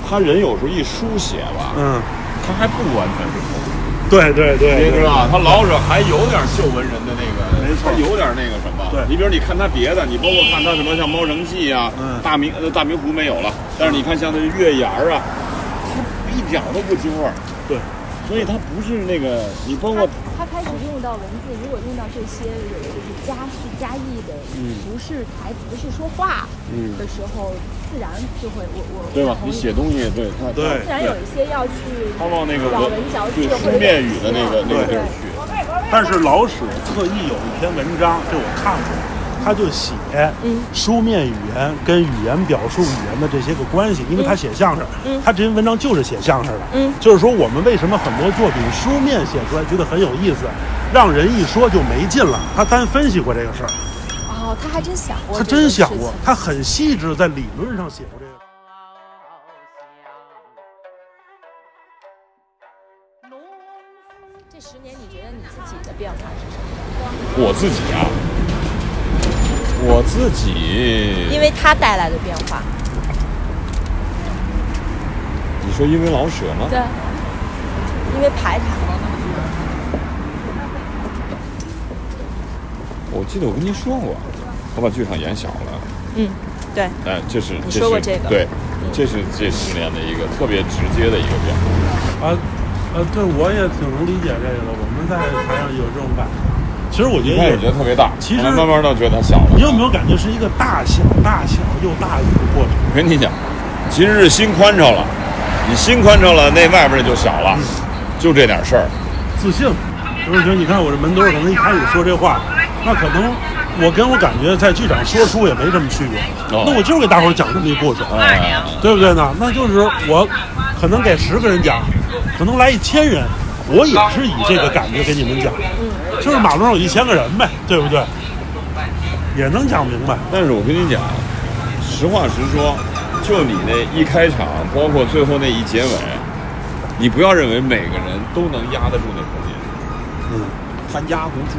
S2: 他人有时候一书写吧，
S4: 嗯，
S2: 他还不完全是口语。
S4: 对对对，
S2: 你知
S4: 对
S2: 道，他老者还有点秀文人的那个，
S4: 哎没
S2: 他
S4: 错
S2: 有点那个什么。
S4: 对
S2: 你比如你看他别的，你包括看他什么像《猫神记》啊，
S4: 嗯
S2: 大明呃大明湖没有了，但是你看像那月牙儿啊，他一点儿都不京味儿。
S4: 对，
S2: 所以他不是那个，你包
S9: 他
S2: 括
S9: 他开始用到文字，如果用到这些就是加叙加意的，不是台词，不是说话
S2: 嗯
S9: 的时候，自然就会我我
S2: 对吧
S9: 我？同
S2: 你
S9: 意
S2: 写东西，对他
S4: 对
S9: 自然有一些要去
S2: 他往那个
S9: 咬
S2: 文
S9: 文嚼字
S2: 对
S9: 或者
S2: 书面语的那个那个地儿去。
S4: 但是老史特意有一篇文章，这我看过，他就写书面语言跟语言表述语言的这些个关系，因为他写相声，他这篇文章就是写相声的，就是说我们为什么很多作品书面写出来觉得很有意思，让人一说就没劲了，他单分析过这个事儿，
S9: 哦，他还真想过，
S4: 他真想过，，他很细致在理论上写过这个。
S9: 这十年你觉得你自己的变化是什么？
S2: 我自己啊，我自己，
S9: 因为他带来的变化，
S2: 你说因为老舍吗？
S9: 对，因为排台
S2: 我记得我跟您说过，我把剧场演小了。
S9: 嗯，对。
S2: 哎，这是
S9: 你说过这
S2: 是
S9: 个嗯
S2: 对，这是这十年的一个特别直接的一个变化。
S4: 啊，呃，对，我也挺能理解这个的，我们在台上有这种感觉。其实我觉
S2: 一
S4: 得
S2: 开
S4: 也
S2: 始觉得特别大，
S4: 其实
S2: 后来慢慢的觉得它小了。
S4: 你有没有感觉是一个大小、大小又大的一个过程？
S2: 我跟你讲，今日心宽敞了，你心宽敞了，那外边就小
S4: 嗯
S2: 了，就这点事儿。
S4: 自信，就是觉得你看我这门墩儿，可能一开始说这话，那可能我跟我感觉在剧场说书也没什么区别，
S2: 哦
S4: 那我就是给大伙儿讲这么一故事，
S2: 哎，
S4: 对不对呢？那就是我可能给十个人讲，可能来一千人，我也是以这个感觉给你们讲，就是马路上有一千个人呗，对不对？也能讲明白，
S2: 但是我跟你讲，实话实说，就你那一开场，包括最后那一结尾，你不要认为每个人都能压得住那空间，
S4: 嗯，
S2: 他压不住。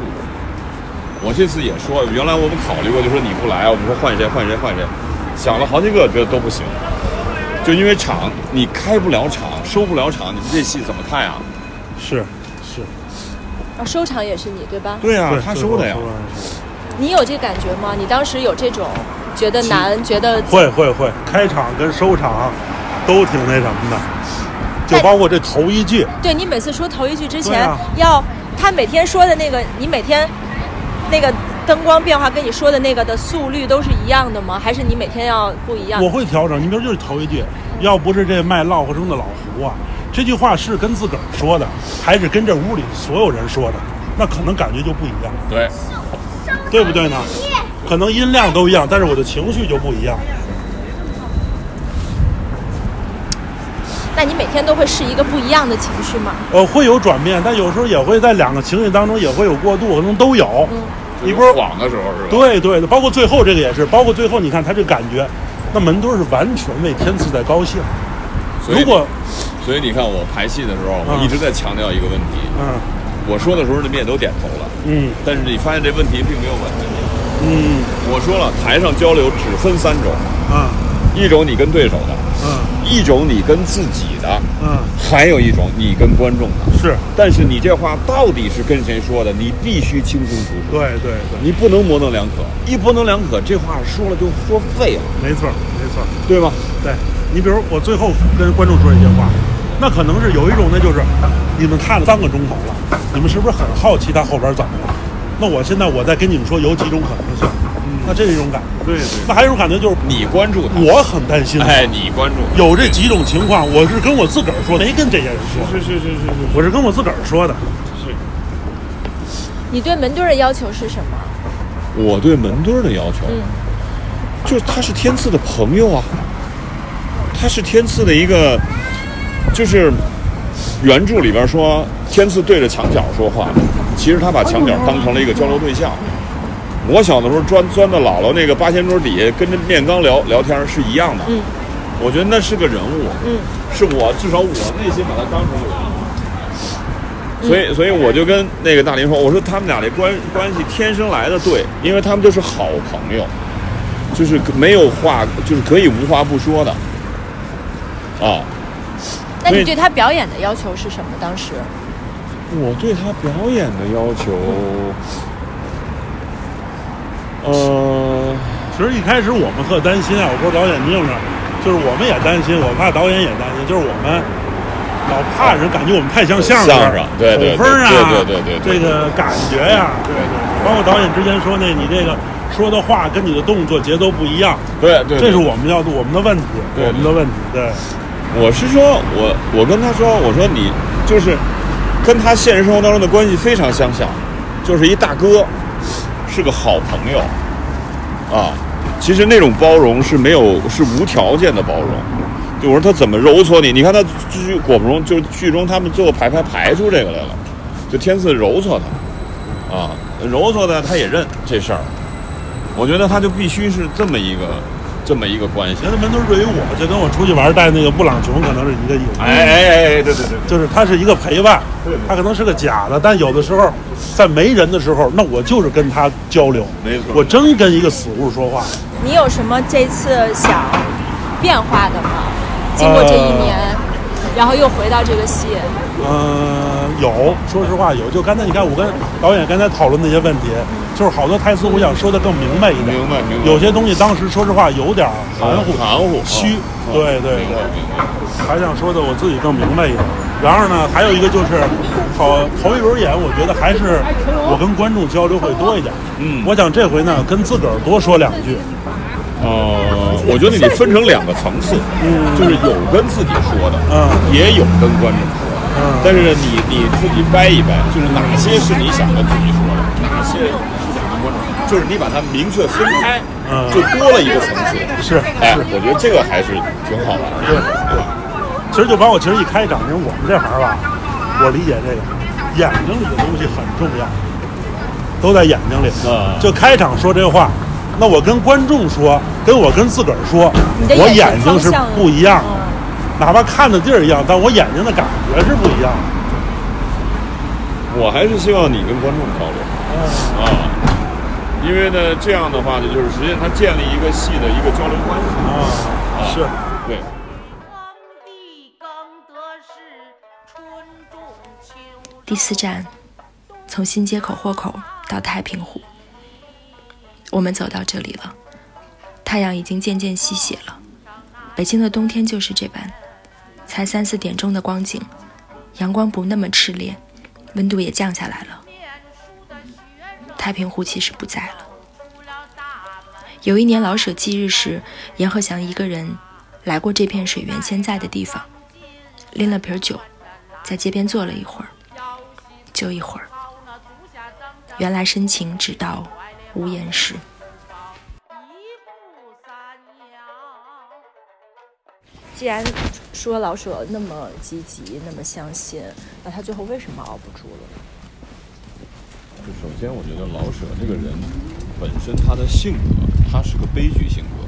S2: 我这次也说，原来我们考虑过，就说你不来，我们说换谁换谁换谁，想了好几个，觉得都不行，就因为场你开不了场，收不了场，你们这戏怎么看呀？
S4: 是是，
S9: 啊，收场也是你对吧？
S2: 对啊
S4: 对
S2: 他收的呀
S4: 最后。说的是
S9: 你有这感觉吗？你当时有这种觉得难，觉得
S4: 会会会，开场跟收场都挺那什么的，就
S9: 但
S4: 包括这头一句，
S9: 对你每次说头一句之
S4: 对
S9: 前
S4: 啊
S9: 要他每天说的那个，你每天那个灯光变化跟你说的那个的速率都是一样的吗？还是你每天要不一样
S4: 我？会调整。你比如就是头一句，要不是这卖烙糊中的老胡啊，这句话是跟自个儿说的，还是跟这屋里所有人说的，那可能感觉就不一样，
S2: 对，
S4: 对不对呢？可能音量都一样，但是我的情绪就不一样。
S9: 那你每天都会是一个不一样的情绪吗？
S4: 呃，会有转变，但有时候也会在两个情绪当中也会有过渡，可能都有。你不是
S2: 晃的时候是吧？
S4: 对对的，包括最后这个也是，包括最后你看他这感觉，那门墩儿是完全为天赐在高兴。
S2: 所以
S4: 如果
S2: 所以你看我排戏的时候，我一直在强调一个问题，
S4: 嗯
S2: 我说的时候你们也都点头了，
S4: 嗯
S2: 但是你发现这问题并没有问题。
S4: 嗯
S2: 我说了，台上交流只分三种，
S4: 嗯
S2: 一种你跟对手的，
S4: 嗯
S2: 一种你跟自己的，
S4: 嗯，
S2: 还有一种你跟观众的。
S4: 是
S2: 但是你这话到底是跟谁说的，你必须清清楚楚，
S4: 对对对，
S2: 你不能模棱两可。一模棱两可，这话说了就说废了，
S4: 没错儿没错儿。
S2: 对吗？
S4: 对你比如我最后跟观众说一些话，那可能是有一种呢，就是你们看了三个钟头了，你们是不是很好奇他后边怎么了？那我现在我再跟你们说有几种可能性，嗯那这是一种感觉。对对。那还有一种感觉就是
S2: 你关注他，
S4: 我很担心。
S2: 哎，你关注他
S4: 有这几种情况，我是跟我自个儿说，没跟这些人说，
S12: 是是是是是。
S4: 我是跟我自个儿说的。
S9: 你对门墩儿的要求是什么？
S2: 我对门墩儿的要求，啊
S9: 嗯
S2: 就是他是天赐的朋友啊，他是天赐的一个，就是原著里边说天赐对着墙角说话，其实他把墙角当成了一个交流对象。我小的时候钻钻到姥姥那个八仙桌底下，跟着面缸聊聊天是一样的。
S9: 嗯，
S2: 我觉得那是个人物，
S9: 嗯，
S2: 是我至少我内心把他当成人物。所以，所以我就跟那个大林说，我说他们俩这关关系天生来的对，因为他们就是好朋友，就是没有话，就是可以无话不说的，啊，所
S9: 那你
S2: 以
S9: 对他表演的要求是什么？当时
S2: 我对他表演的要求，呃，
S4: 其实一开始我们特担心啊，我说导演你有啥？就是我们也担心，我怕导演也担心，就是我们老怕人感觉我们太像相声
S2: 相声对对对
S4: 口分儿啊，
S2: 对对对对对
S4: 这个感觉呀、对对对。包括导演之前说那，你这个说的话跟你的动作节奏不一样，
S2: 对对，
S4: 这是
S2: 对
S4: 我们要我们的问题，
S2: 对对
S4: 我们的问题，对，
S2: 我是说，我我跟他说，我说你就是跟他现实生活当中的关系非常相像，就是一大哥，是个好朋友啊。其实那种包容是没有是无条件的包容。就我说他怎么揉搓你？你看他剧果不容，就是剧中他们最后排排排出这个来了，就天赐揉搓他啊，揉搓他他也认这事儿。我觉得他就必须是这么一个这么一个关系。
S4: 觉得门墩对于我，就跟我出去玩带那个布朗熊可能是一个意思。
S2: 哎哎哎，哎对对对。
S4: 就是它是一个陪伴
S2: 对对，
S4: 它可能是个假的，但有的时候在没人的时候，那我就是跟他交流，
S2: 没错
S4: 我真跟一个死物说话。
S9: 你有什么这次想变化的吗？经过这
S4: 呃
S9: 一年，然后又回到这个戏，
S4: 嗯，有，说实话有。就刚才你看，我跟导演刚才讨论那些问题，就是好多台词我想说的更明白一点，
S2: 明白明白嗯
S4: 有些东西当时说实话有点含糊，
S2: 含糊
S4: 虚
S2: 啊啊，
S4: 对对
S2: 明白
S4: 对。
S2: 明白
S4: 还想说的我自己更明白一点。然后呢，还有一个就是，好头一轮演，我觉得还是我跟观众交流会多一点。
S2: 嗯
S4: 我想这回呢，跟自个儿多说两句。
S2: 呃，我觉得你分成两个层次，就是有跟自己说的，
S4: 嗯
S2: 也有跟观众说的，
S4: 嗯
S2: 但是你你自己掰一掰，就是哪些是你想跟自己说的，哪些是想跟观众，就是你把它明确分开，
S4: 嗯
S2: 就多了一个层次。
S4: 是
S2: 哎，我觉得这个还是挺好玩的。对吧，
S4: 其实就包括其实一开场，因为我们这行吧，我理解这个，眼睛里的东西很重要，都在眼睛里
S2: 嗯。
S4: 就开场说这话，那我跟观众说，跟我跟自个儿说
S9: 你的，
S4: 我
S9: 眼
S4: 眼
S9: 神
S4: 睛
S9: 方
S4: 是
S9: 向
S4: 不一样的，
S9: 嗯
S4: 哪怕看的地儿一样，但我眼睛的感觉是不一样的。
S2: 我还是希望你跟观众交流
S4: 嗯
S2: 啊，因为呢，这样的话呢，就是实际上它建立一个戏的一个交流关系。
S4: 啊，是。
S2: 对。
S11: 荒地耕得是春种秋收
S5: 第四站，从新街口豁口到太平湖。我们走到这里了，太阳已经渐渐西斜了。北京的冬天就是这般，才三四点钟的光景，阳光不那么炽烈，温度也降下来了。太平湖其实不在了。有一年老舍忌日时，阎鹤祥一个人来过这片水源现在的地方，拎了瓶酒，在街边坐了一会儿，就一会儿。原来深情只到无言时。
S9: 既然说老舍那么积极，那么相信，那他最后为什么熬不住了？
S13: 就首先，我觉得老舍这个人本身他的性格，他是个悲剧性格。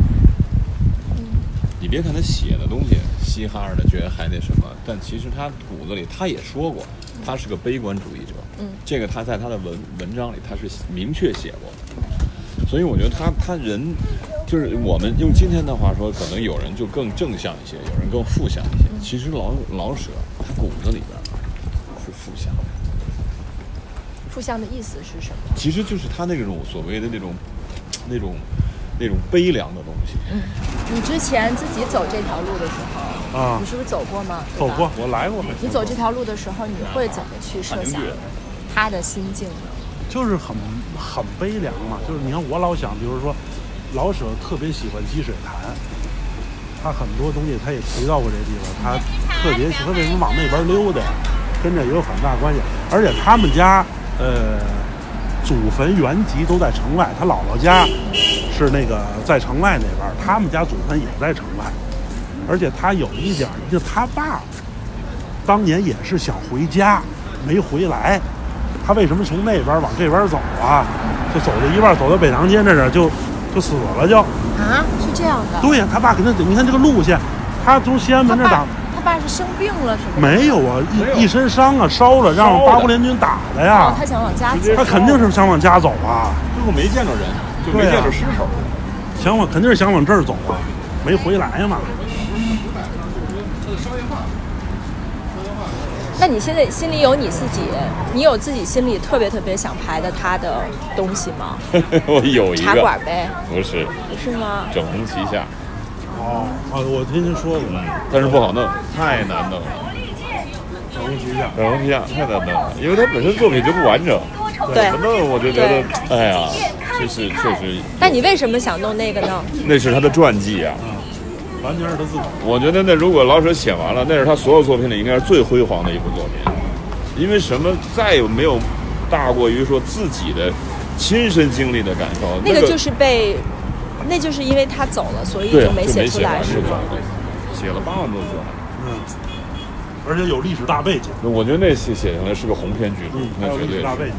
S13: 你别看他写的东西嘻哈似的，觉得还那什么，但其实他骨子里他也说过，他是个悲观主义者。
S9: 嗯
S13: 这个他在他的文文章里他是明确写过的，所以我觉得他他人就是我们用今天的话说，可能有人就更正向一些，有人更负向一些。其实老老舍他骨子里边是负向的。
S9: 负向的意思是什么？
S13: 其实就是他那种所谓的那种、那种、那种悲凉的东西。
S9: 你之前自己走这条路的时候，
S4: 啊
S9: 你是不是走过吗？对
S4: 走
S9: 吧
S4: 过。
S2: 我来过，
S9: 你走这条路的时候，你会怎么去设想他的心境呢？
S4: 就是很很悲凉嘛。就是你看，我老想，比如说，老舍特别喜欢积水潭，他很多东西他也提到过这地方，他特别喜欢为什么往那边溜达，跟这也有很大关系。而且他们家，呃，祖坟原籍都在城外，他姥姥家是那个在城外那边，他们家祖坟也在城外。而且他有一点儿，就他爸当年也是想回家，没回来。他为什么从那边往这边走啊？就走到一半，走到北塘街那儿就就死了就。
S9: 啊，是这样的。
S4: 对呀、他爸给他，你看这个路线，他从西安
S9: 他
S4: 门这儿打
S9: 爸，他爸是生病了是吗？
S4: 没有啊，一一身伤啊，烧了，啊让
S13: 烧的
S4: 八国联军打的呀
S9: 哦，。他想往家走。
S4: 他肯定是想往家走啊，
S13: 最后没见着人，就没
S4: 对啊
S13: 见着尸首。
S4: 想往肯定是想往这儿走啊，没回来嘛。
S9: 那你现在心里有你自己，你有自己心里特别特别想排的他的东西吗？
S2: (laughs) 我有一
S9: 啊茶
S2: 个
S9: 馆，呗，
S2: 不是
S9: 是吗？
S2: 整红旗下，嗯
S4: 哦，啊，我听您说过，
S2: 但是不好弄，太难弄了。
S4: 我们一下。
S2: 整红旗下太难弄了，因为它本身作品就不完整，
S9: 对
S2: 怎么弄我就觉得，哎呀，就是确实，
S9: 那你为什么想弄那个呢？
S2: 那是他的传记啊。
S4: 完全是他自己。
S2: 我觉得那如果老舍写完了，那是他所有作品里应该是最辉煌的一部作品，因为什么再也没有大过于说自己的亲身经历的感受。
S9: 那
S2: 个
S9: 个就是被，那就是因为他走了，所以
S2: 对
S9: 就没写出来，
S2: 完
S9: 是
S2: 就走
S9: 吗？
S2: 了，写了八万多字，
S4: 嗯，而且有历史大背景，
S2: 我觉得那写写下来是个鸿篇巨著
S4: 嗯，，
S2: 那
S4: 还有
S2: 绝
S4: 历
S2: 对
S4: 史大背
S2: 是
S4: 景，。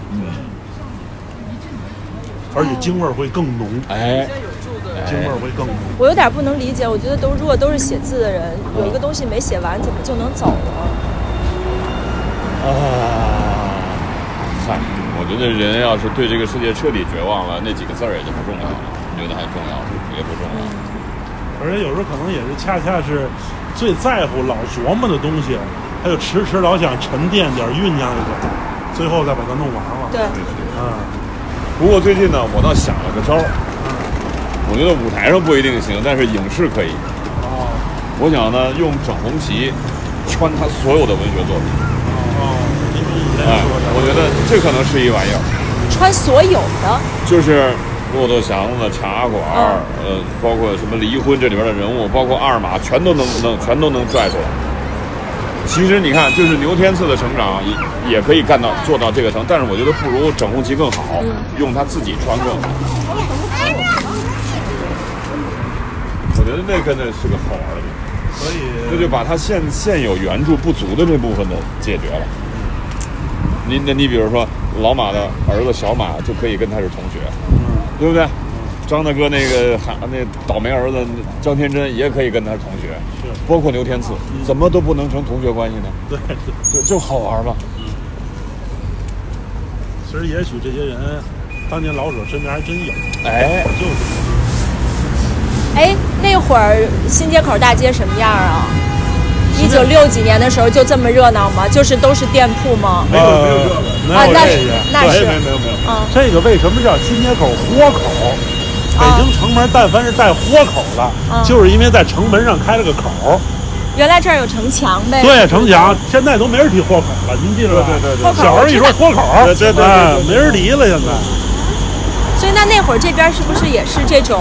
S4: 而且京味儿会更浓，
S2: 哎，
S4: 京味儿会更浓。
S9: 我有点不能理解，我觉得都如果都是写字的人，有一个东西没写完，怎么就能走了？
S2: 嗨，我觉得人要是对这个世界彻底绝望了，那几个字儿也就不重要了。你觉得还重要吗？也不重要。
S4: 而且有时候可能也是恰恰是最在乎、老琢磨的东西，他就迟迟老想沉淀点儿、酝酿一点儿，最后再把它弄完了。
S9: 对，
S4: 嗯，
S2: 不过最近呢，我倒想了个招儿，我觉得舞台上不一定行，但是影视可以。
S4: 哦
S2: 我想呢，用整红旗穿他所有的文学作品，
S4: 哦，您以前
S2: 哎，
S4: 说
S2: 我
S4: 的，
S2: 觉得这可能是一玩意儿，
S9: 穿所有的，
S2: 就是骆驼祥子、茶馆儿，呃，包括什么离婚这里边的人物，包括二马，全都能能全都能拽出来。其实你看，就是牛天赐的成长也也可以干到做到这个程度，但是我觉得不如整红旗更好，用他自己穿更好。我觉得那真的是个好玩的地方。
S4: 所
S2: 那
S4: 以
S2: 就把它现现有援助不足的这部分的解决了。你那你比如说老马的儿子小马就可以跟他是同学，对不对？张大哥那个喊那倒霉儿子张天真也可以跟他是嗯同学，包括牛天赐，怎么都不能成同学关系呢？
S4: 对，
S2: 就就好玩吧。
S4: 其实也许这些人，当年老舍身边还真有，
S2: 哎，
S4: 就是
S9: 哎，那会儿新街口大街什么样啊？一九六几年的时候就这么热闹吗？就是都是店铺吗？
S4: 没有没有这个，没有
S9: 啊那
S4: 这
S9: 是
S4: 些。
S9: 那是，
S2: 没有没有，
S9: 嗯，
S4: 这个为什么叫新街口豁口？北京城门但凡是带豁口的，
S9: 嗯
S4: 就是因为在城门上开了个口儿。
S9: 原来这儿有城墙呗。
S4: 对，城墙现在都没人提豁口了，您记着吧？
S2: 对对对
S9: 对豁口
S4: 小时候一说豁口，
S2: 对对对对对啊
S4: 哎没人提了，现在。
S9: 所以那那会儿这边是不是也是这种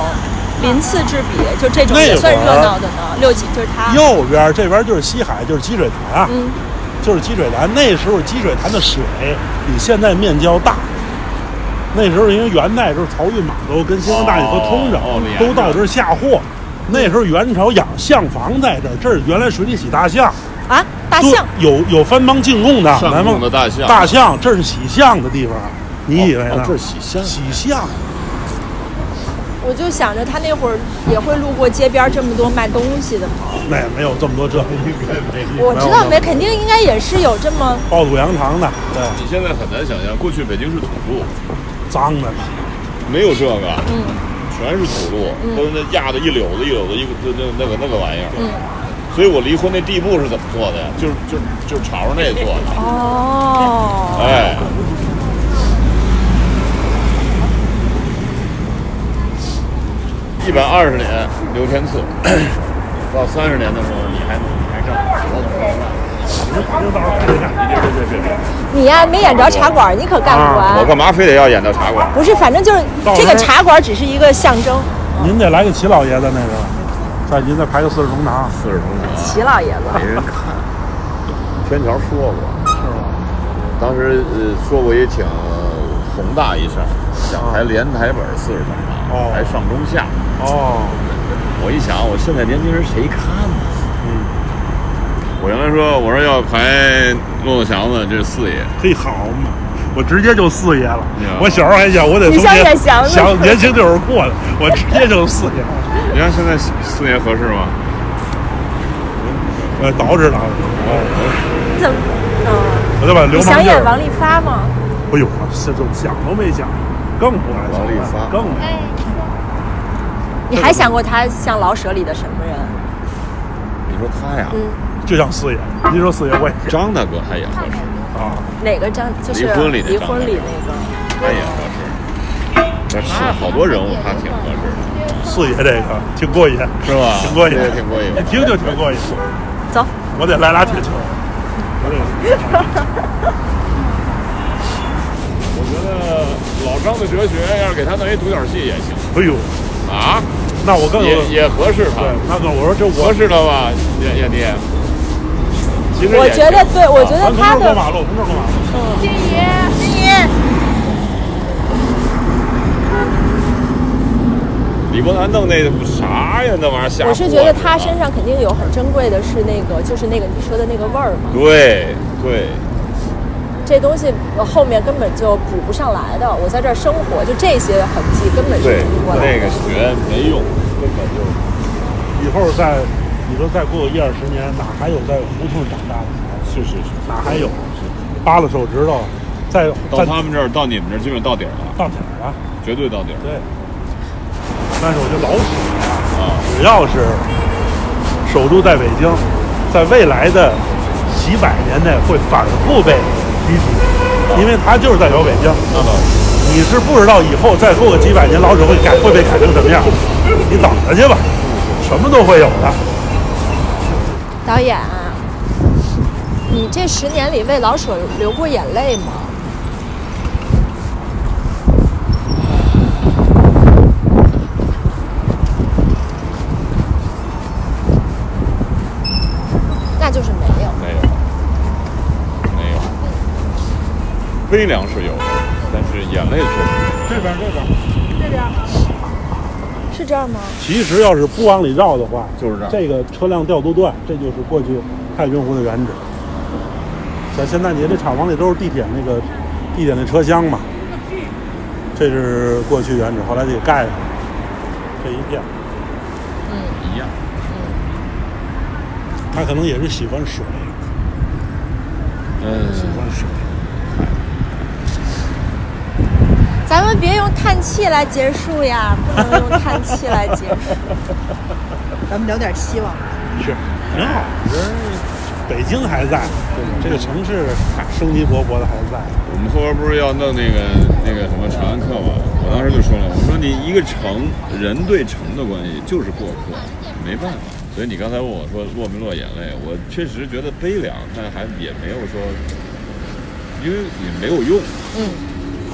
S9: 鳞次栉比，就这种也算热闹的呢？六几就是他，
S4: 右边这边就是西海，就是积水潭，啊
S9: 嗯，
S4: 就是积水潭。那时候积水潭的水比现在面积要大。那时候因为元代时候漕运码头跟新疆大运河通着，
S2: 哦哦连着
S4: 都到这儿下货。那时候元朝养象房在这儿，这儿原来水里洗大象，
S9: 啊，大
S4: 都
S9: 象，
S4: 有有番邦进贡的，
S2: 上
S4: 南
S2: 贡
S4: 方
S2: 的大象，
S4: 大象，这是洗象的地方。你以为呢？
S2: 哦这是洗象
S4: 洗象，
S9: 我就想着他那会儿也会路过街边这么多卖东西的嘛。
S4: 那也没有这么多这，
S9: 我知道没，
S4: 没有
S9: 肯定应该也是有这么
S4: 爆肚羊肠的，对，
S2: 你现在很难想象，过去北京是土路，
S4: 脏的嘛。
S2: 没有这个，全是土路，都那压的一绺子一绺子一个那那个那个玩意儿，所以我离婚那地步是怎么做的呀？就是就就朝着那做的，
S9: 哦，
S2: 哎，一百二十年刘天赐，到三十年的时候你还能你还上我怎么办
S9: 你呀没演着茶馆，你可干不
S2: 我
S9: 完。
S2: 干嘛非得要演到茶馆？
S9: 不是，反正就是
S4: 到时
S9: 这
S4: 候
S9: 个茶馆只是一个象征。
S4: 您得来个齐老爷子那个，在您再排个四世同堂，
S2: 四十同堂
S9: 齐老爷子，
S2: 没人看。天桥说过。
S4: 是吧？
S2: 当时呃说过也挺宏大一事儿，想台连台本四十本啊，
S4: 哦
S2: 还上中下。
S4: 哦，
S2: 我一想，我现在年轻人谁看呢？
S4: 嗯，
S2: 我原来说我说要排骆驼祥子，这是四爷，
S4: 嘿，好嘛，我直接就四爷了
S2: 呀。
S4: 我小时候还想，我得
S9: 你
S4: 从
S9: 像
S4: 年
S9: 远祥子
S4: 想年轻那会儿过的，我直接就四爷。
S2: 你看现在四四爷合适吗？
S4: 呃，捯饬捯饬，
S9: 你怎么？嗯，
S4: 我就把流
S9: 你
S4: 氓
S9: 想
S4: 劲
S9: 演王
S4: 儿。
S9: 利发吗？
S4: 哎呦，我这就想都没想，更不爱
S2: 王利发
S4: 更不爱
S9: 你还想过他像老舍里的什么人？
S2: 你说他呀，
S4: 就像四爷。您说四爷，我也是
S2: 张大哥他也合适，
S4: 啊。
S9: 哪个张？就是
S2: 离婚里的
S9: 离
S2: 张
S9: 婚
S2: 大
S9: 里
S2: 哥
S9: 那个。
S2: 他也合适。但是好多人物他挺合适
S4: 四爷这个挺过瘾，
S2: 的，是吧？
S4: 挺过瘾
S2: 这也，挺过瘾。
S4: 一听就挺过瘾。
S9: 走，
S4: 我得来俩铁球。我得
S2: 我觉得老张的哲学要是给他弄一独角戏也行
S4: 哎呦，
S2: 啊，
S4: 那我更有
S2: 也也合适他
S4: 对。，那个我说这我
S2: 合适了吧，燕燕弟？其实
S9: 我
S2: 也
S9: 觉得对，我觉得
S4: 咱从这
S9: 他
S4: 儿过啊
S9: 的
S4: 马路，从这儿过马路。
S2: 李国南弄那啥呀，那玩意儿吓唬
S9: 我是觉得他
S2: 是吧
S9: 身上肯定有很珍贵的是那个，就是那个你说的那个味儿嘛。
S2: 对对，
S9: 这东西我后面根本就补不上来的。我在这儿生活，就这些痕迹根本是
S2: 对
S9: 补不过来
S2: 那
S9: 的
S2: 个。学没用，根本就
S4: 以后再，你说再过个一二十年，哪还有在胡同长大的孩子？
S2: 是是是。
S4: 哪还有？扒拉手指头，在
S2: 到
S4: 在
S2: 他们这儿，到你们这儿，基本到底儿了，
S4: 到点儿啊了。
S2: 绝对到底儿了。
S4: 对。但是我觉得老鼠
S2: 啊
S4: 啊，只要是首都在北京，在未来的几百年内会反复被提及，因为它就是代表北京。
S2: 那倒是，
S4: 你是不知道以后再过个几百年，老鼠会改会被改成什么样，你等着去吧，什么都会有的。
S9: 导演，啊你这十年里为老舍流过眼泪吗？那就是没有。
S2: 没有，没有，悲凉是有的，但是眼泪是
S4: 这边这边，
S9: 是这儿吗？
S4: 其实要是不往里绕的话，
S2: 就是这儿
S4: 这个车辆调度段，这就是过去太平湖的原址。像现在你这厂房里都是地铁那个地铁那车厢嘛，这是过去原址，后来给盖上了这一片。
S2: 一样。
S4: 他可能也是喜欢水，
S2: 嗯，
S4: 喜欢水。
S9: 咱们别用叹气来结束呀，不能用叹气来结束。 (laughs) 咱们聊点希望。
S4: 是，挺好。人北京还在，这个城市啊生机勃勃的还在。
S2: 我们后边不是要弄那个那个什么长安客吗？我当时就说了，我说你一个城，人对城的关系就是过客，没办法。所以你刚才问我说落没落眼泪，我确实觉得悲凉，但还也没有说，因为也没有用。嗯。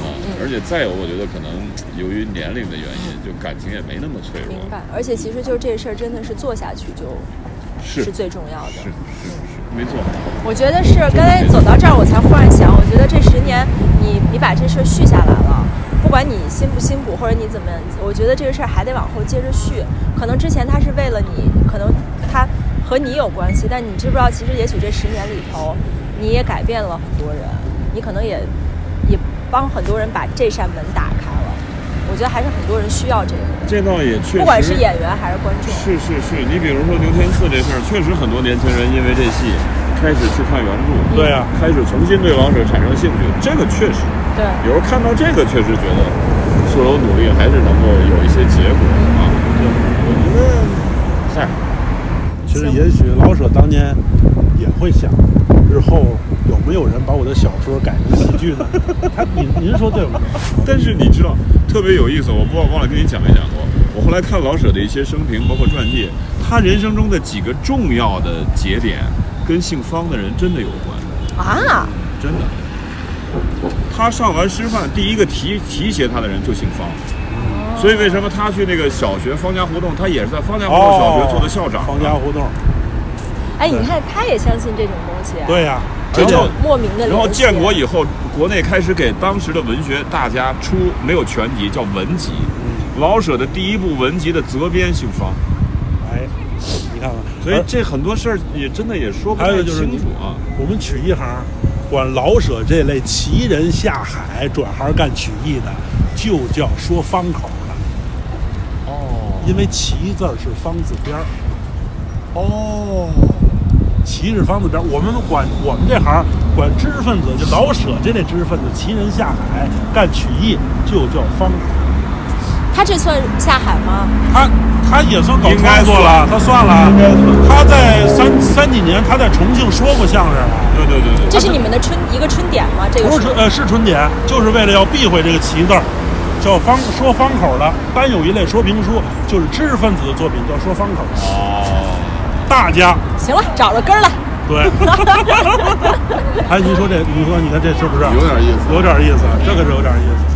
S2: 啊，
S12: 而且再有，我觉得可能由于年龄的原因，就感情也没那么脆弱。
S9: 明白。而且其实就这事儿真的是做下去就是是最重要的。
S12: 是是是，没错。
S9: 我觉得是刚才走到这儿，我才忽然想，我觉得这十年你你把这事儿续下来了，不管你辛不辛苦或者你怎么，我觉得这个事儿还得往后接着续。可能之前他是为了你，可能他和你有关系，但你知不知道，其实也许这十年里头，你也改变了很多人，你可能也也帮很多人把这扇门打开了。我觉得还是很多人需要这个，
S2: 这倒也确实，
S9: 不管是演员还是观众。
S2: 是是是，你比如说牛天赐这事儿，确实很多年轻人因为这戏开始去看原著，
S4: 对呀
S2: 开始重新对王者产生兴趣，这个确实，
S9: 对，
S2: 有时候看到这个确实觉得所有努力还是能够有一些结果啊。对我觉得，嗨，
S4: 其实也许老舍当年也会想，日后有没有人把我的小说改成戏剧呢？他您您说对不对？
S2: 但是你知道特别有意思，我不知道忘了跟你讲没讲过。我后来看老舍的一些生平，包括传记，他人生中的几个重要的节点，跟姓方的人真的有关。
S9: 啊，
S2: 真的。他上完师范，第一个提提携他的人就姓方，所以为什么他去那个小学方家胡同，他也是在方家胡同小学做的校长。啊
S4: 方哦家胡同，
S9: 哎，你看他也相信这种东西，，啊
S4: 对呀、
S2: 而且
S4: 然后
S9: 莫名的。啊
S2: 然后建国以后，国内开始给当时的文学大家出没有全集，叫文集。
S4: 嗯
S2: 老舍的第一部文集的责编姓方，
S4: 哎，你看看，
S2: 所以
S4: 而
S2: 这很多事儿也真的也说不
S4: 哎还
S2: 太
S4: 有就是
S2: 清
S4: 你
S2: 楚啊。
S4: 我们曲艺行管老舍这类奇人下海转行干曲艺的，就叫说方口的。哦，因为“奇”字儿是方字边儿。哦，“奇”是方字边儿。我们管我们这行管知识分子，就老舍这类知识分子，奇人下海干曲艺就叫方口。
S9: 他这算下海吗？
S4: 他他也算搞
S2: 应该
S4: 创作了，他算了。他在三三几年，他在重庆说过相声啊。
S2: 对对对对。
S9: 这是你们的春一个春点吗？这个
S4: 不是春呃是春点，就是为了要避讳这个“奇”字儿，叫方说方口的。单有一类说评书，就是知识分子的作品叫说方口的。
S12: 哦
S4: 大家
S9: 行了，找着根儿了。
S4: 对， (laughs) 哎，您说这，你说你看这是不是
S12: 有点意思
S4: 啊有点意思？这个是有点意思。